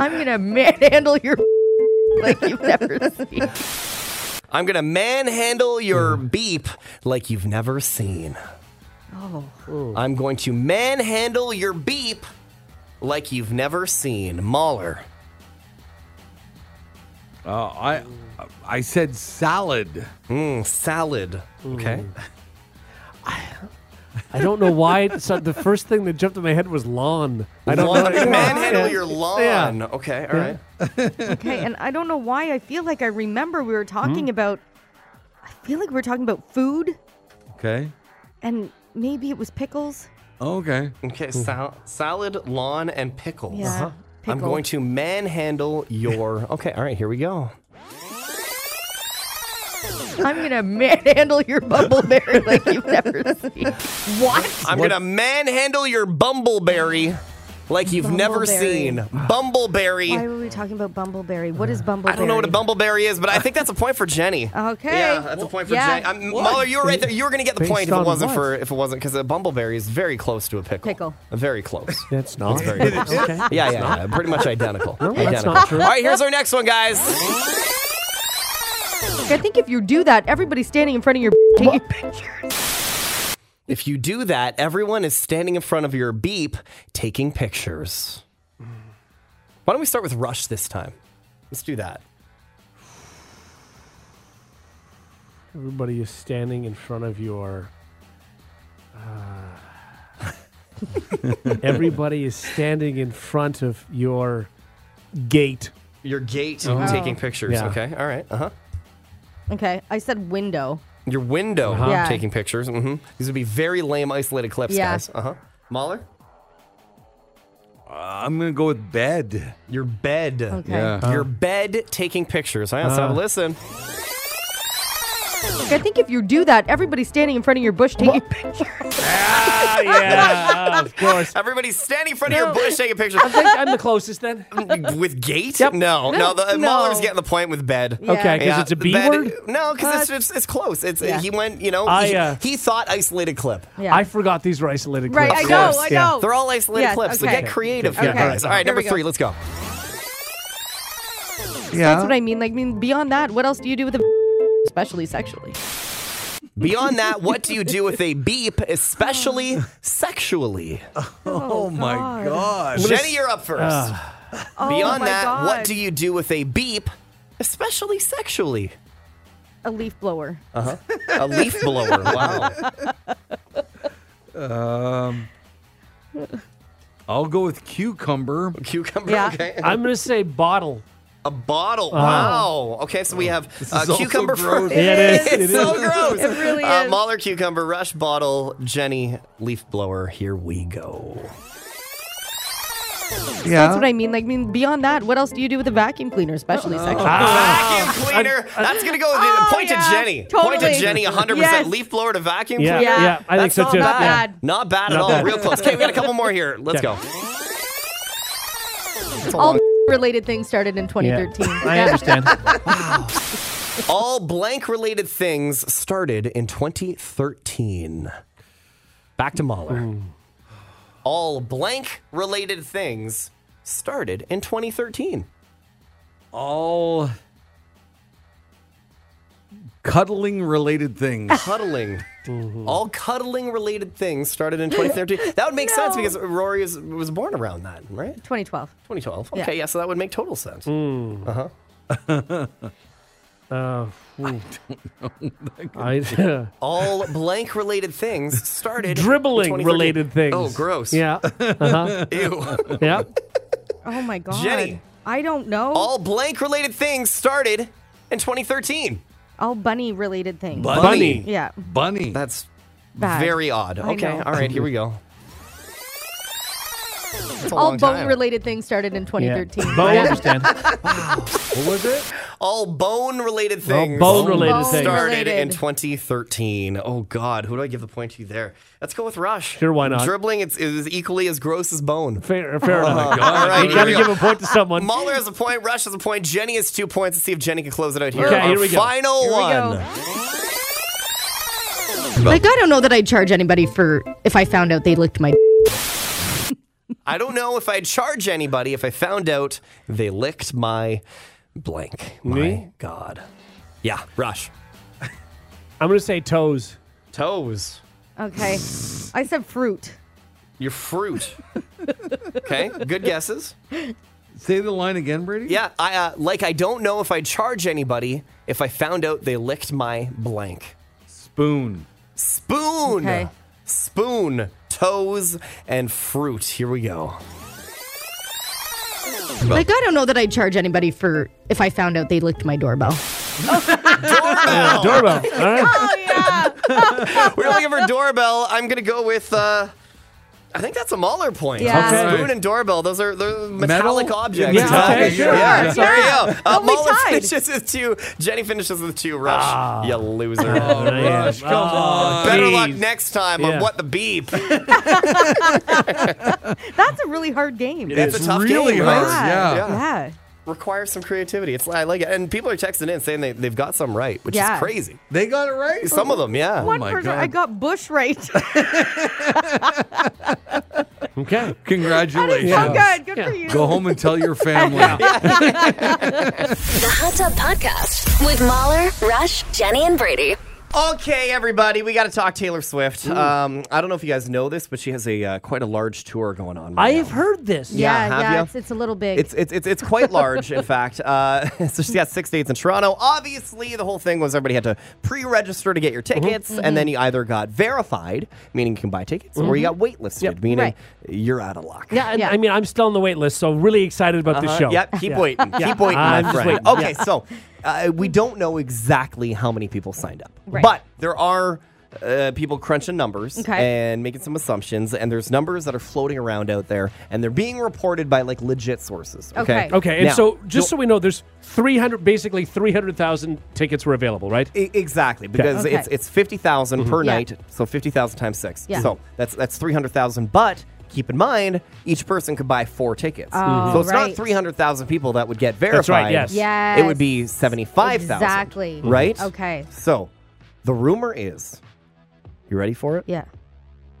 I'm going to manhandle your (laughs) like you've never seen. I'm going to manhandle your Mm-hmm. beep like you've never seen. Oh. I'm going to manhandle your beep like you've never seen. Mahler. Oh, I, I said salad. Mm, salad. Okay. I don't know why. So the first thing that jumped in my head was lawn. I don't Lawn- know. manhandle Yeah. your lawn. Okay, all right. Okay. And I don't know why I feel like I remember we were talking Mm-hmm. about, I feel like we were talking about food Okay. and maybe it was pickles. Okay. Okay, Hmm. sal- salad, lawn, and pickles. Yeah. Uh-huh. I'm Pickle. going to manhandle (laughs) your. Okay, all right, here we go. I'm going to (laughs) manhandle your bumbleberry like you've never seen. What? I'm going to manhandle your bumbleberry like you've never Bumbleberry. seen. Ah. Bumbleberry. Why were we talking about bumbleberry? What is bumbleberry? I don't know what a bumbleberry is, but I think that's a point for Jenny. (laughs) Okay. Yeah, that's a point for Yeah. Jenny. I'm, Mahler, you were right there. You were going to get the Based point if it on wasn't what? for if it wasn't because a bumbleberry is very close to a pickle. Pickle. Very close. That's not. very It's okay. Yeah, yeah, yeah, pretty much (laughs) identical. that's identical. not true. All right, here's our next one, guys. I think if you do that, everybody's standing in front of your taking pictures. If you do that, everyone is standing in front of your beep taking pictures. Why don't we start with Rush this time? Let's do that. Everybody is standing in front of your. Uh, everybody is standing in front of your gate. Your gate taking pictures. Yeah. Okay. All right. Uh huh. Okay, I said window. Your window Yeah. taking pictures. hmm These would be very lame isolated clips, Yeah. guys. Uh huh. Mahler? I'm gonna go with bed. Your bed. Okay. Yeah. Your bed taking pictures. Hang on, let's have a listen. I think if you do that, everybody's standing in front of your bush taking pictures. Ah, yeah, (laughs) of course. Everybody's standing in front of your bush (laughs) taking pictures. I think I'm the closest then. with gate? Yep. No, no. The, No. Mahler's getting the point with bed. Yeah. Okay, because Yeah, it's a B bed- word. No, because it's, it's it's close. It's Yeah. he went. You know, I, he, uh, he thought isolated clip. Yeah. I forgot these were isolated right, I clips. know, course, I yeah. know. They're all isolated Oh. Yes, clips. So okay. get creative. Okay. here, guys. All right, There number we go. three. Let's go. Yeah. That's what I mean. Like, I mean, beyond that, what else do you do with a (laughs) especially sexually? Beyond that, what do you do with a beep, (gasps) especially sexually? oh my gosh. Jenny, you're up first. Beyond Oh my that, what God. do you do with a beep, especially sexually? A leaf blower. A leaf blower. Wow. I'll go with cucumber. Cucumber. Yeah. Okay. I'm going to say bottle. A bottle. Wow. Okay, so we have uh, is also cucumber gross. first. Yeah, it is. It's It so is. gross. (laughs) It (laughs) really Uh, is. Mahler cucumber rush bottle. Jenny leaf blower. Here we go. Yeah. That's what I mean. Like, I mean, beyond that, what else do you do with a vacuum cleaner, especially sexually? Ah. Vacuum cleaner. That's gonna go. With Oh, point yeah, to Jenny. Point to totally. Jenny. 100. Yes. percent Leaf blower to vacuum Yeah, cleaner. yeah, Yeah. I think That's so not too. bad. Yeah. Not bad at all. bad. Real close. Okay, we got a couple more here. (laughs) Let's Okay. All go. (laughs) related things started in Yeah. 2013. I (laughs) understand. All blank related things started in 2013. Back to Mahler. All blank related things started in 2013. All cuddling related things. Ah, Cuddling. Mm-hmm. All cuddling related things started in (laughs) 2013. That would make sense because Rory is, was born around that, right? 2012. 2012. Yeah. Mm. Okay, yeah, so that would make total sense. I, (laughs) All blank related things (laughs) started in dribbling 2013. related things. Oh, gross. (laughs) Yeah. Uh-huh. Ew. Yeah. Oh my god. Jenny. I don't know. All, All blank related things started in 2013. bunny related things. Bunny. Bunny. yeah. Bunny. That's Bad. very odd. I Okay, know. all right, here (laughs) we go. It's a All long bone time. related things started in yeah. 2013. But I understand. what was it? All bone related things. bone related Bone things. started in related. 2013. Oh God, who do I give the point to there? Let's go with Rush. Sure, why not? Dribbling it's, is equally as gross as bone. Fair, fair enough. all right, you got to here we give a point to someone. Mahler has a point. Rush has a point. Jenny has two points. Let's see if Jenny can close it out here. Okay, Our here we go. Final Here we one. go. Like I don't know that I'd charge anybody for if I found out they licked my. I don't know if I'd charge anybody if I found out they licked my blank. My Me? God. Yeah, Rush. I'm going to say toes. Toes. (laughs) Okay. I said fruit. (laughs) Your fruit. okay, good guesses. Say the line again, Brady. Yeah, I uh, like. I don't know if I'd charge anybody if I found out they licked my blank Spoon. spoon. Okay. Spoon, toes, and fruit. Here we go. Like I don't know that I'd charge anybody for if I found out they licked my doorbell. Doorbell. Doorbell. All right. Oh yeah. (laughs) We're looking for doorbell. I'm gonna go with. Uh, I think that's a Mahler point. Yeah. Okay. Spoon and doorbell, those are they're metallic Metal? objects. Yeah, Yeah, okay, sure. yeah, Yeah. there you go. Uh, Well, we Mahler tied. finishes with two. Jenny finishes with two. Rush, Ah. you loser. Rush, come Oh, on. Better Oh, Jeez. luck next time Yeah. on What the Beep. That's a really hard game. That's It's a tough really game, hard, Right? yeah. Yeah. Requires some creativity. It's I like it. And people are texting in saying they, they've got some right, which Yeah. is crazy. They got it right. Some of them, yeah. One my person, God. I got Bush right. (laughs) Oh, (laughs) Okay. Congratulations. so good. Good for you. Go home and tell your (laughs) family. The Hot Tub Podcast with Mahler, Rush, Jenny, and Brady. Okay, everybody, we got to talk Taylor Swift. Um, I don't know if you guys know this, but she has a uh, quite a large tour going on. right I now. have heard this. Yeah, Yeah, have yeah, ya? it's, it's a little big. It's, it's, it's, it's quite large, in fact. Uh, (laughs) so she's got six dates in Toronto. Obviously, the whole thing was everybody had to pre register to get your tickets, and then you either got verified, meaning you can buy tickets, or you got waitlisted, meaning Right. you're out of luck. Yeah, and Yeah. Uh-huh. I mean, I'm still on the wait list, so really excited about this show. Uh-huh. Yep, keep waiting. Keep waiting, I'm my just friend. waiting. Okay, so uh, we don't know exactly how many people signed up, Right. but there are uh, people crunching numbers Okay. and making some assumptions, and there's numbers that are floating around out there, and they're being reported by like legit sources. Okay. Okay. Okay, and Now, so just so we know, there's 300, basically 300,000 tickets were available, right? E- Exactly, because Okay. it's it's fifty per Yeah. night, so fifty thousand times six. Yeah. So that's that's three hundred thousand. But keep in mind, each person could buy four tickets, Oh, so it's not right. three hundred thousand people that would get verified. yes. Yes. it would be seventy five thousand. Exactly. Right. Okay. So the rumor is, you ready for it? yeah.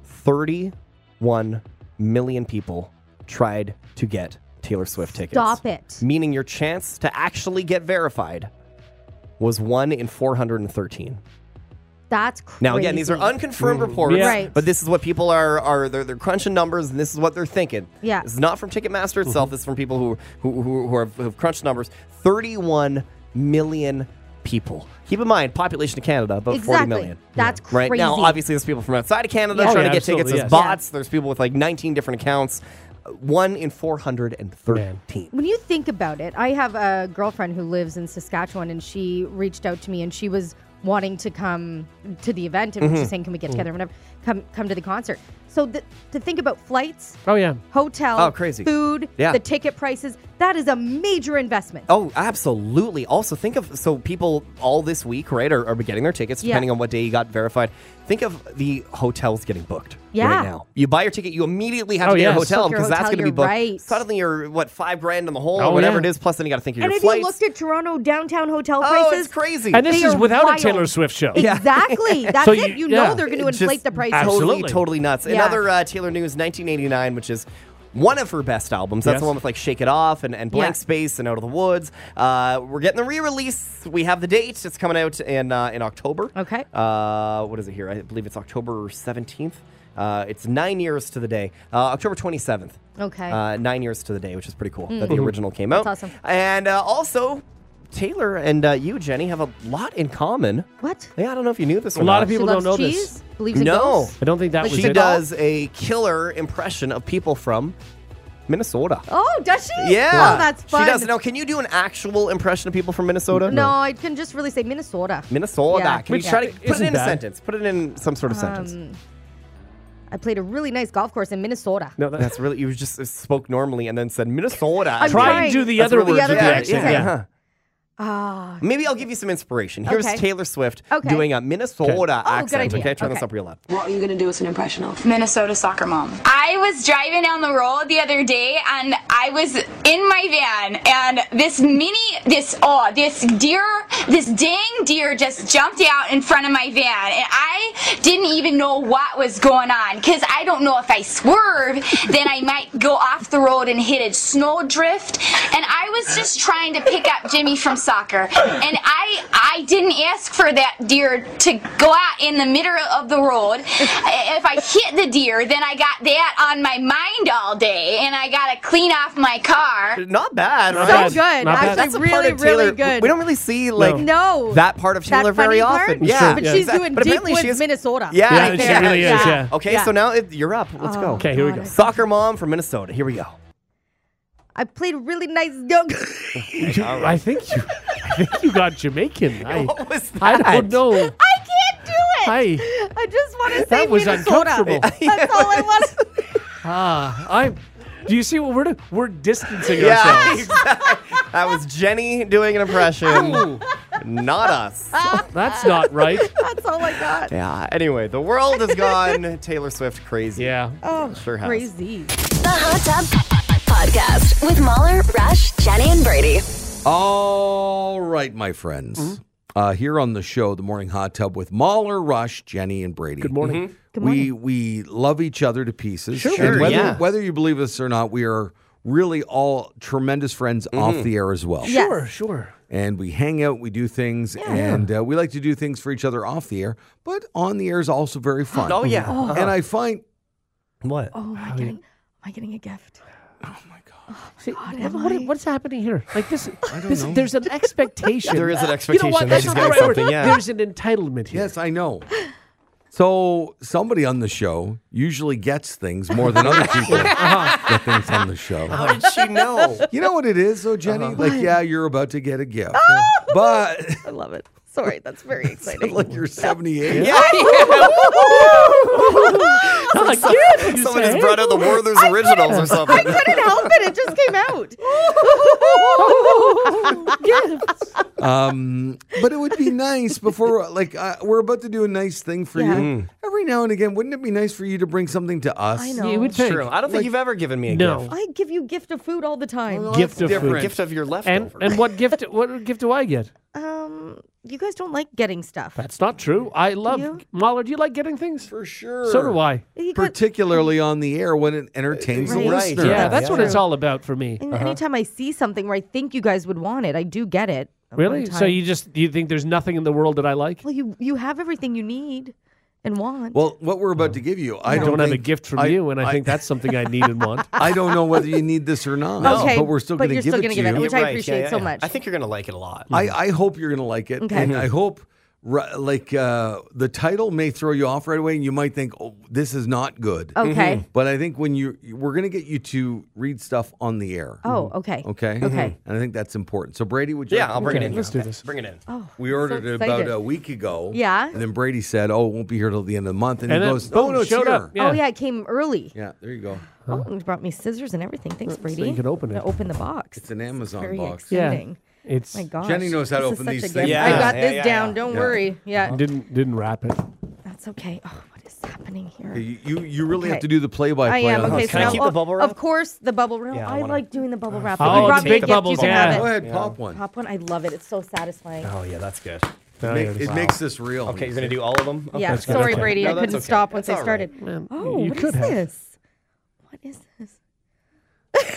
Thirty one million people tried to get Taylor Swift tickets. Stop it. Meaning your chance to actually get verified was one in four hundred and thirteen. That's crazy. Now again, these are unconfirmed reports, Yeah. Right. but this is what people are are they're, they're crunching numbers, and this is what they're thinking. Yeah. it's not from Ticketmaster itself. Mm-hmm. This is from people who who who, who have, who have crunched numbers. Thirty one million people. Keep in mind, population of Canada about forty Exactly. million. That's Right now, crazy. obviously, there's people from outside of Canada Yeah. Oh, trying yeah, to get tickets absolutely, as yes. bots. There's people with like 19 different accounts. Uh, One in 413. When you think about it, I have a girlfriend who lives in Saskatchewan, and she reached out to me, and she was wanting to come to the event, and Mm-hmm. she's saying, "Can we get together? Whenever come come to the concert." So th- to think about flights, Oh, yeah. hotel, Oh, crazy. food, Yeah. the ticket prices, that is a major investment. Oh, absolutely. Also, think of so people all this week, right, are, are getting their tickets Yeah. depending on what day you got verified. Think of the hotels getting booked Yeah. right now. You buy your ticket, you immediately have Oh, to get yes. a hotel Book your because that's hotel, going to be you're booked. right. Suddenly, you're what five grand in the hole Oh, or whatever yeah. it is. Plus, then you got to think of and your if flights. you looked at Toronto downtown hotel oh, prices, it's crazy. (laughs) And this They is are without wild. a Taylor Swift show. Exactly. That's So you- it. You yeah. know they're going to Just inflate the prices. Totally, Absolutely. totally nuts. Yeah. Another uh, Taylor News 1989, which is one of her best albums. That's Yes. the one with like Shake It Off and, and Blank Yeah. Space and Out of the Woods. Uh, we're getting the re release. We have the date. It's coming out in, uh, in October. Okay. Uh, what is it here? I believe it's October 17th. Uh, it's nine years to the day, uh, October 27th. Okay. Mm. Mm-hmm. Uh, nine years to the day, which is pretty cool that the original came out. That's awesome. And uh, also, Taylor and uh, you, Jenny, have a lot in common. What? Yeah, I don't know if you knew this A or lot not. of people she don't loves know cheese? this. Believes in No. ghosts? I don't think that Like was she She it. does- does a killer impression of people from Minnesota. Oh, does she? Yeah. Oh, that's fun. She does. Now, can you do an actual impression of people from Minnesota? No, I can just really say Minnesota. Minnesota. Yeah. Um, Can you Which try to put it isn't in a bad. sentence? Put it in some sort of sentence. I played a really nice golf course in Minnesota. No, that's really, you just spoke normally and then said Minnesota. I'm Try trying. and do the That's other what words with we're the doing. accent. Yeah. Yeah. Huh. Ah, Maybe I'll give you some inspiration. Here's Okay. Taylor Swift Okay. Oh, doing a Minnesota good accent. idea. Okay, turn this Okay. up real loud. What are you gonna do as an impression of? Minnesota soccer mom. I was driving down the road the other day and I was in my van and this mini this oh this deer this dang deer just jumped out in front of my van and I didn't even know what was going on cuz I don't know if I swerve then I might go off the road and hit a snow drift and I was just trying to pick up Jimmy from soccer and I I didn't ask for that deer to go out in the middle of the road. if I hit the deer, then I got that on my mind all day, and I gotta clean off my car. Not bad, Not right? so bad. good. Not bad. Actually, That's a part really, of Taylor. really good. We don't really see like No. that part of That Taylor funny very part? often. Yeah. But she's exact- doing but deep apparently woods she is- Minnesota. Yeah, Right Yeah, she there. really is, yeah. Okay, Yeah. so now it, you're up. Let's go. Okay, here we go. Soccer mom from Minnesota. Here we go. (laughs) I played a really nice golf. You- I think you, I think you got (laughs) Jamaican. I, What was that? I don't know. (laughs) I can't do it. I, I just want to say that was Minnesota. (laughs) uncomfortable. (laughs) That's all I want. Ah, I'm. Do you see what we're doing? We're distancing Yeah, (laughs) ourselves. exactly. that was Jenny doing an impression, not us. That's not right. That's all I got. Yeah. Anyway, the world has gone (laughs) Taylor Swift crazy. Yeah. Oh, sure has. crazy. The Hot Tub Podcast with Mahler, Rush, Jenny, and Brady. All right, my friends. Mm-hmm. Uh, here on the show, the morning hot tub with Mahler, Rush, Jenny, and Brady. Good morning. Mm-hmm. Good We we love each other to pieces. Sure, whether, yeah. whether you believe us or not, we are really all tremendous friends Mm-hmm. off the air as well. Yes. Sure, sure. And we hang out, we do things, and Uh, we like to do things for each other off the air, but on the air is also very fun. Oh yeah. Uh-huh. And I find What? Oh, am I getting, am I getting a gift? See, am what- I- what's happening here? Like this, this there's an expectation. There is an You know what? expectation that That's not she's the getting right word. something, yeah. There's an entitlement here. (laughs) Yes, I know. So somebody on the show usually gets things more than other (laughs) people Uh-huh. get things on the show. How did she know? You know what it is, though, Jenny? Uh-huh. Like, yeah, you're about to get a gift, Oh! but (laughs) (laughs) I love it. Sorry, that's very exciting. like you're 78. Yeah. Not good. you Someone just say. brought out the Werther's originals or something. (laughs) couldn't help it. It just came (laughs) out. Um, but it would be nice before, like, uh, we're about to do a nice thing for Yeah. you. Mm. Every now and again, wouldn't it be nice for you to bring something to us? I You know. would think. True. I don't think you've ever given me a No. gift. I give you gift of food all the time. Gift of Different. food. Gift of your And leftovers. and what gift? What gift do I get? Um, you guys don't like getting stuff. That's not true. I love you? Mahler. Do you like getting things? For sure. So do I. You got- Particularly on the air when it entertains the Right. listener. Yeah, Yeah, that's what yeah. it's all about for me. and Anytime I see something where I think you guys would want it, I do get it. at Really? one So time. you just you think there's nothing in the world that I like? well, you you have everything you need and want. Well, what we're about to give you, I I don't, don't have a think- gift from I- you, and I, I- think that's something I need and (laughs) want. I don't know whether you need this or not, Okay, but we're still going but to you're give still it gonna to give it you. Which I appreciate so much. I think you're gonna like it a lot. I, I hope you're going to like it. Okay. And I hope, ri- like, uh, the title may throw you off right away, and you might think, oh, this is not good. Okay. Mhm. But I think when you, we're going to get you to read stuff on the air. Oh, okay. mm, Okay. Mm-hmm. Okay. And I think that's important. So, Brady, would you? yeah, like- I'll bring Okay, it in. let's here. do this. Bring it in. Oh, We ordered so it excited. about a week ago. Yeah. And then Brady said, oh, it won't be here till the end of the month. And, And he then goes, oh, boom, no, it's showed here. up. Oh yeah, it came early. Yeah, there you go. Oh, and you brought me scissors and everything. Thanks, Brady. you can open I'm gonna it. Open the box. It's an Amazon Very box. Yeah. exciting. It's My gosh. Jenny knows how to This is open such these a things. gift. Yeah, I got yeah, this yeah, down. yeah. Don't Yeah. worry. Yeah. didn't didn't wrap it. That's okay. Oh, what is happening here? You, you, you really have Okay. to do the play by I play am. on Okay, this. so Can I now, keep the oh, bubble Of wrap? course, the bubble wrap. Yeah, I I, wanna- like doing the bubble wrap. Oh, you brought me a take the gift. bubbles, you can yeah. Go have it. ahead, pop one. Pop one. I love it. It's so satisfying. Oh yeah, that's good. Make- it makes this real. Okay, you're gonna do all of them. Okay, yeah. that's good. Sorry, Okay. Brady. No, I that's couldn't okay. stop once That's I all right. started. Oh, what is this? What is this? (laughs)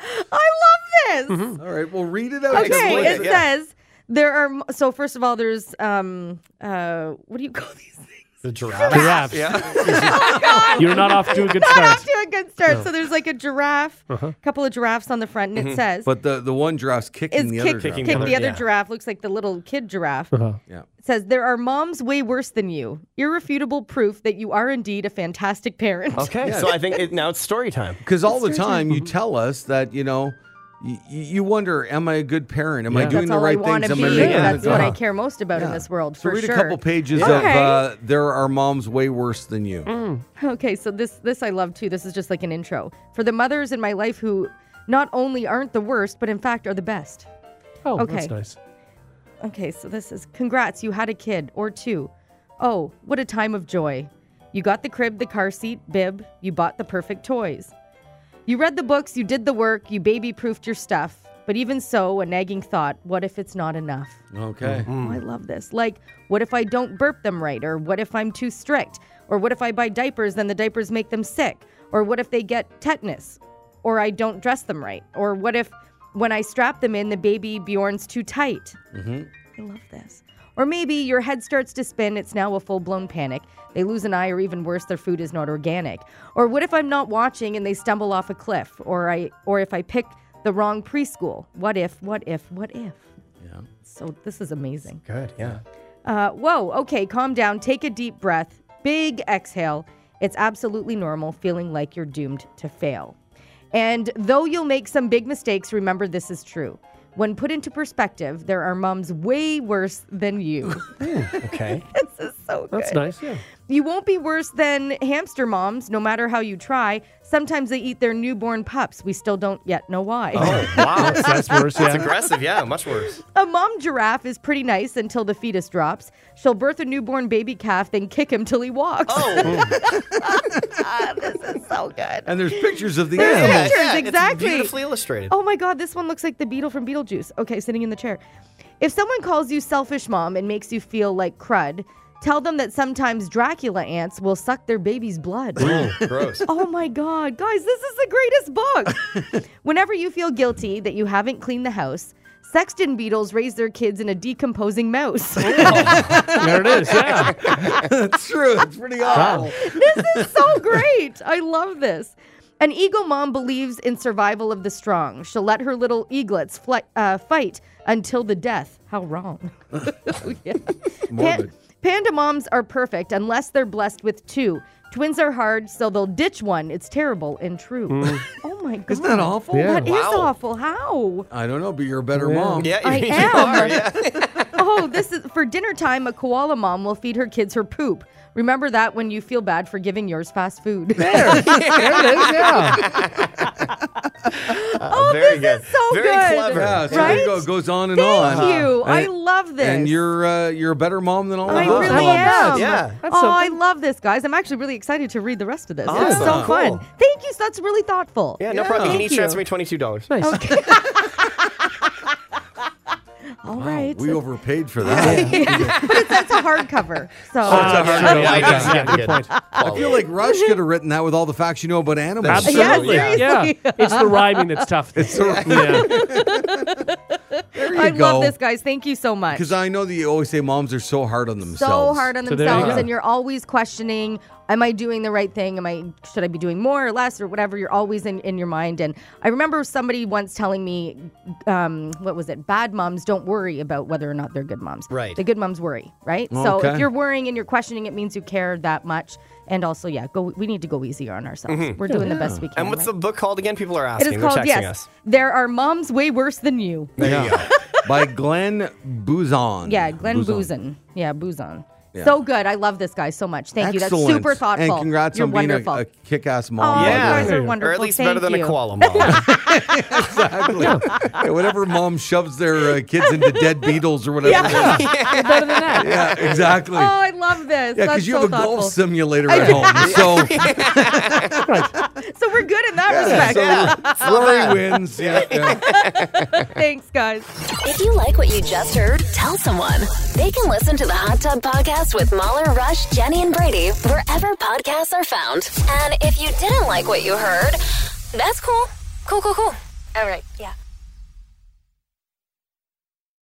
I love this. All right, well, read it out. Okay, Explain it it. says there are. m- So first of all, there's um uh what do you call these things? The (laughs) giraffe. Giraffes. You're not off to a good Not off start. to a good start. Oh. So there's like a giraffe, a Uh-huh. couple of giraffes on the front, and Mm-hmm. it says But the, the one giraffe's kicking is the kick, other kick giraffe. Kicking the other the other, yeah. Uh-huh. giraffe looks like the little kid giraffe. Yeah. It says there are moms way worse than you. Irrefutable proof that you are indeed a fantastic parent. Okay, Yeah. so I think it, now it's story time. Because all the time Mm-hmm. you tell us that, you know, y- y- you wonder, am I a good parent? Am I Yeah. doing That's the all right I want things? to Am be. I making Yeah. the That's what I good- care most about in this world, So for read sure. a couple pages of Okay. Mm-hmm. uh, There Are Moms Way Worse Than You. Okay, so this this I love too. This is just like an intro for the mothers in my life who not only aren't the worst, but in fact are the best. Oh, Okay. that's nice. Okay, so this is congrats, you had a kid or two. Oh, what a time of joy. You got the crib, the car seat, bib, you bought the perfect toys. You read the books, you did the work, you baby proofed your stuff. But even so, a nagging thought, what if it's not enough? Okay. Oh, I love this. Like, what if I don't burp them right? Or what if I'm too strict? Or what if I buy diapers, then the diapers make them sick? Or what if they get tetanus? Or I don't dress them right? Or what if when I strap them in, the baby Bjorn's too tight? I love this. Or maybe your head starts to spin, it's now a full blown panic. They lose an eye, or even worse, their food is not organic. Or what if I'm not watching and they stumble off a cliff? Or I or if I pick the wrong preschool? What if, what if, what if? Yeah. So this is amazing. Good, yeah. Uh, whoa, okay, calm down. Take a deep breath. Big exhale. It's absolutely normal feeling like you're doomed to fail. And though you'll make some big mistakes, remember this is true. When put into perspective, there are moms way worse than you. (laughs) Okay. this is so good. That's nice. Yeah. You won't be worse than hamster moms, no matter how you try. Sometimes they eat their newborn pups. We still don't yet know why. wow. That's worse. That's Yeah. aggressive. Yeah, much worse. (laughs) A mom giraffe is pretty nice until the fetus drops. She'll birth a newborn baby calf, then kick him till he walks. (laughs) Oh, And there's pictures of the yeah, animal. yeah, exactly. It's beautifully illustrated. Oh my God, this one looks like the beetle from Beetlejuice. Okay, sitting in the chair. If someone calls you selfish mom and makes you feel like crud, tell them that sometimes Dracula ants will suck their baby's blood. Mm, gross. (laughs) Oh my God, guys, this is the greatest book. Whenever you feel guilty that you haven't cleaned the house, sexton beetles raise their kids in a decomposing mouse. There it is. Yeah. That's true. It's pretty awful. this is so great. I love this. An eagle mom believes in survival of the strong. She'll let her little eaglets fly, uh, fight until the death. How wrong. (laughs) Oh, yeah. Morbid. panda moms are perfect unless they're blessed with two. Twins are hard, so they'll ditch one. It's terrible and true. (laughs) Oh my god. Isn't that awful? Yeah. That is Wow. awful. How? I don't know, but you're a better mom. (laughs) Yeah, I you am. are. Yeah. (laughs) Oh, this is for dinner time. A koala mom will feed her kids her poop. Remember that when you feel bad for giving yours fast food. There it is. (laughs) (laughs) Yeah. Oh, Very this good. is so Very good. clever. Yeah, so Right? there you go. It goes on and on. Thank you. I And- love this. And you're uh, you're a better mom than all I of us. really I love that. am. Yeah. That's oh, so I good. love this, guys. I'm actually really excited to read the rest of this. It's Awesome. so fun. Cool. Thank you. That's really thoughtful. Yeah, no problem. You can Thank each transfer me twenty-two dollars. Nice. (laughs) All right. We overpaid (laughs) for that. but it's, it's a hardcover. (laughs) So Oh, it's a hard- yeah, yeah, yeah, (laughs) good point. I feel like Rush could have written that with all the facts you know about animals. Absolutely. yeah, so, yeah. seriously. Yeah. It's the rhyming that's tough. It's yeah. There you I go. love this, guys. Thank you so much. Because I know that you always say moms are so hard on themselves. so hard on So there you themselves go. and you're always questioning am i doing the right thing am i should i be doing more or less or whatever you're always in, in your mind and i remember somebody once telling me um, what was it bad moms don't worry about whether or not they're good moms Right. the good moms worry right so Okay. if you're worrying and you're questioning it means you care that much and also yeah go we need to go easier on ourselves we're doing the best we can Mm-hmm. And what's the right? book called again? People are it asking. is They're called texting yes us. there are moms way worse than you There you go. By Glenn Buzon. Yeah, Glenn Boozon. Yeah, Boozon. So good. I love this guy so much. Thank you. That's Excellent. super thoughtful. And congrats You're on being a, wonderful. a kick-ass Oh, mom. by you the Yeah. guys way. are Or wonderful. at least Thank better than you. a (laughs) koala mom. (laughs) Exactly. Yeah, whatever mom shoves their uh, kids into dead beetles (laughs) or whatever. Yeah, Better than that. (laughs) yeah exactly. Oh, I love this. yeah, That's because you so have a thoughtful. golf simulator at home. So (laughs) so we're good in that (laughs) respect. yeah. Rory wins. Yeah, yeah. Thanks, guys. If you like what you just heard, tell someone. They can listen to the Hot Tub Podcast with Mahler, Rush, Jenny, and Brady wherever podcasts are found. And if you didn't like what you heard, that's cool. Cool, cool, cool. All right, yeah.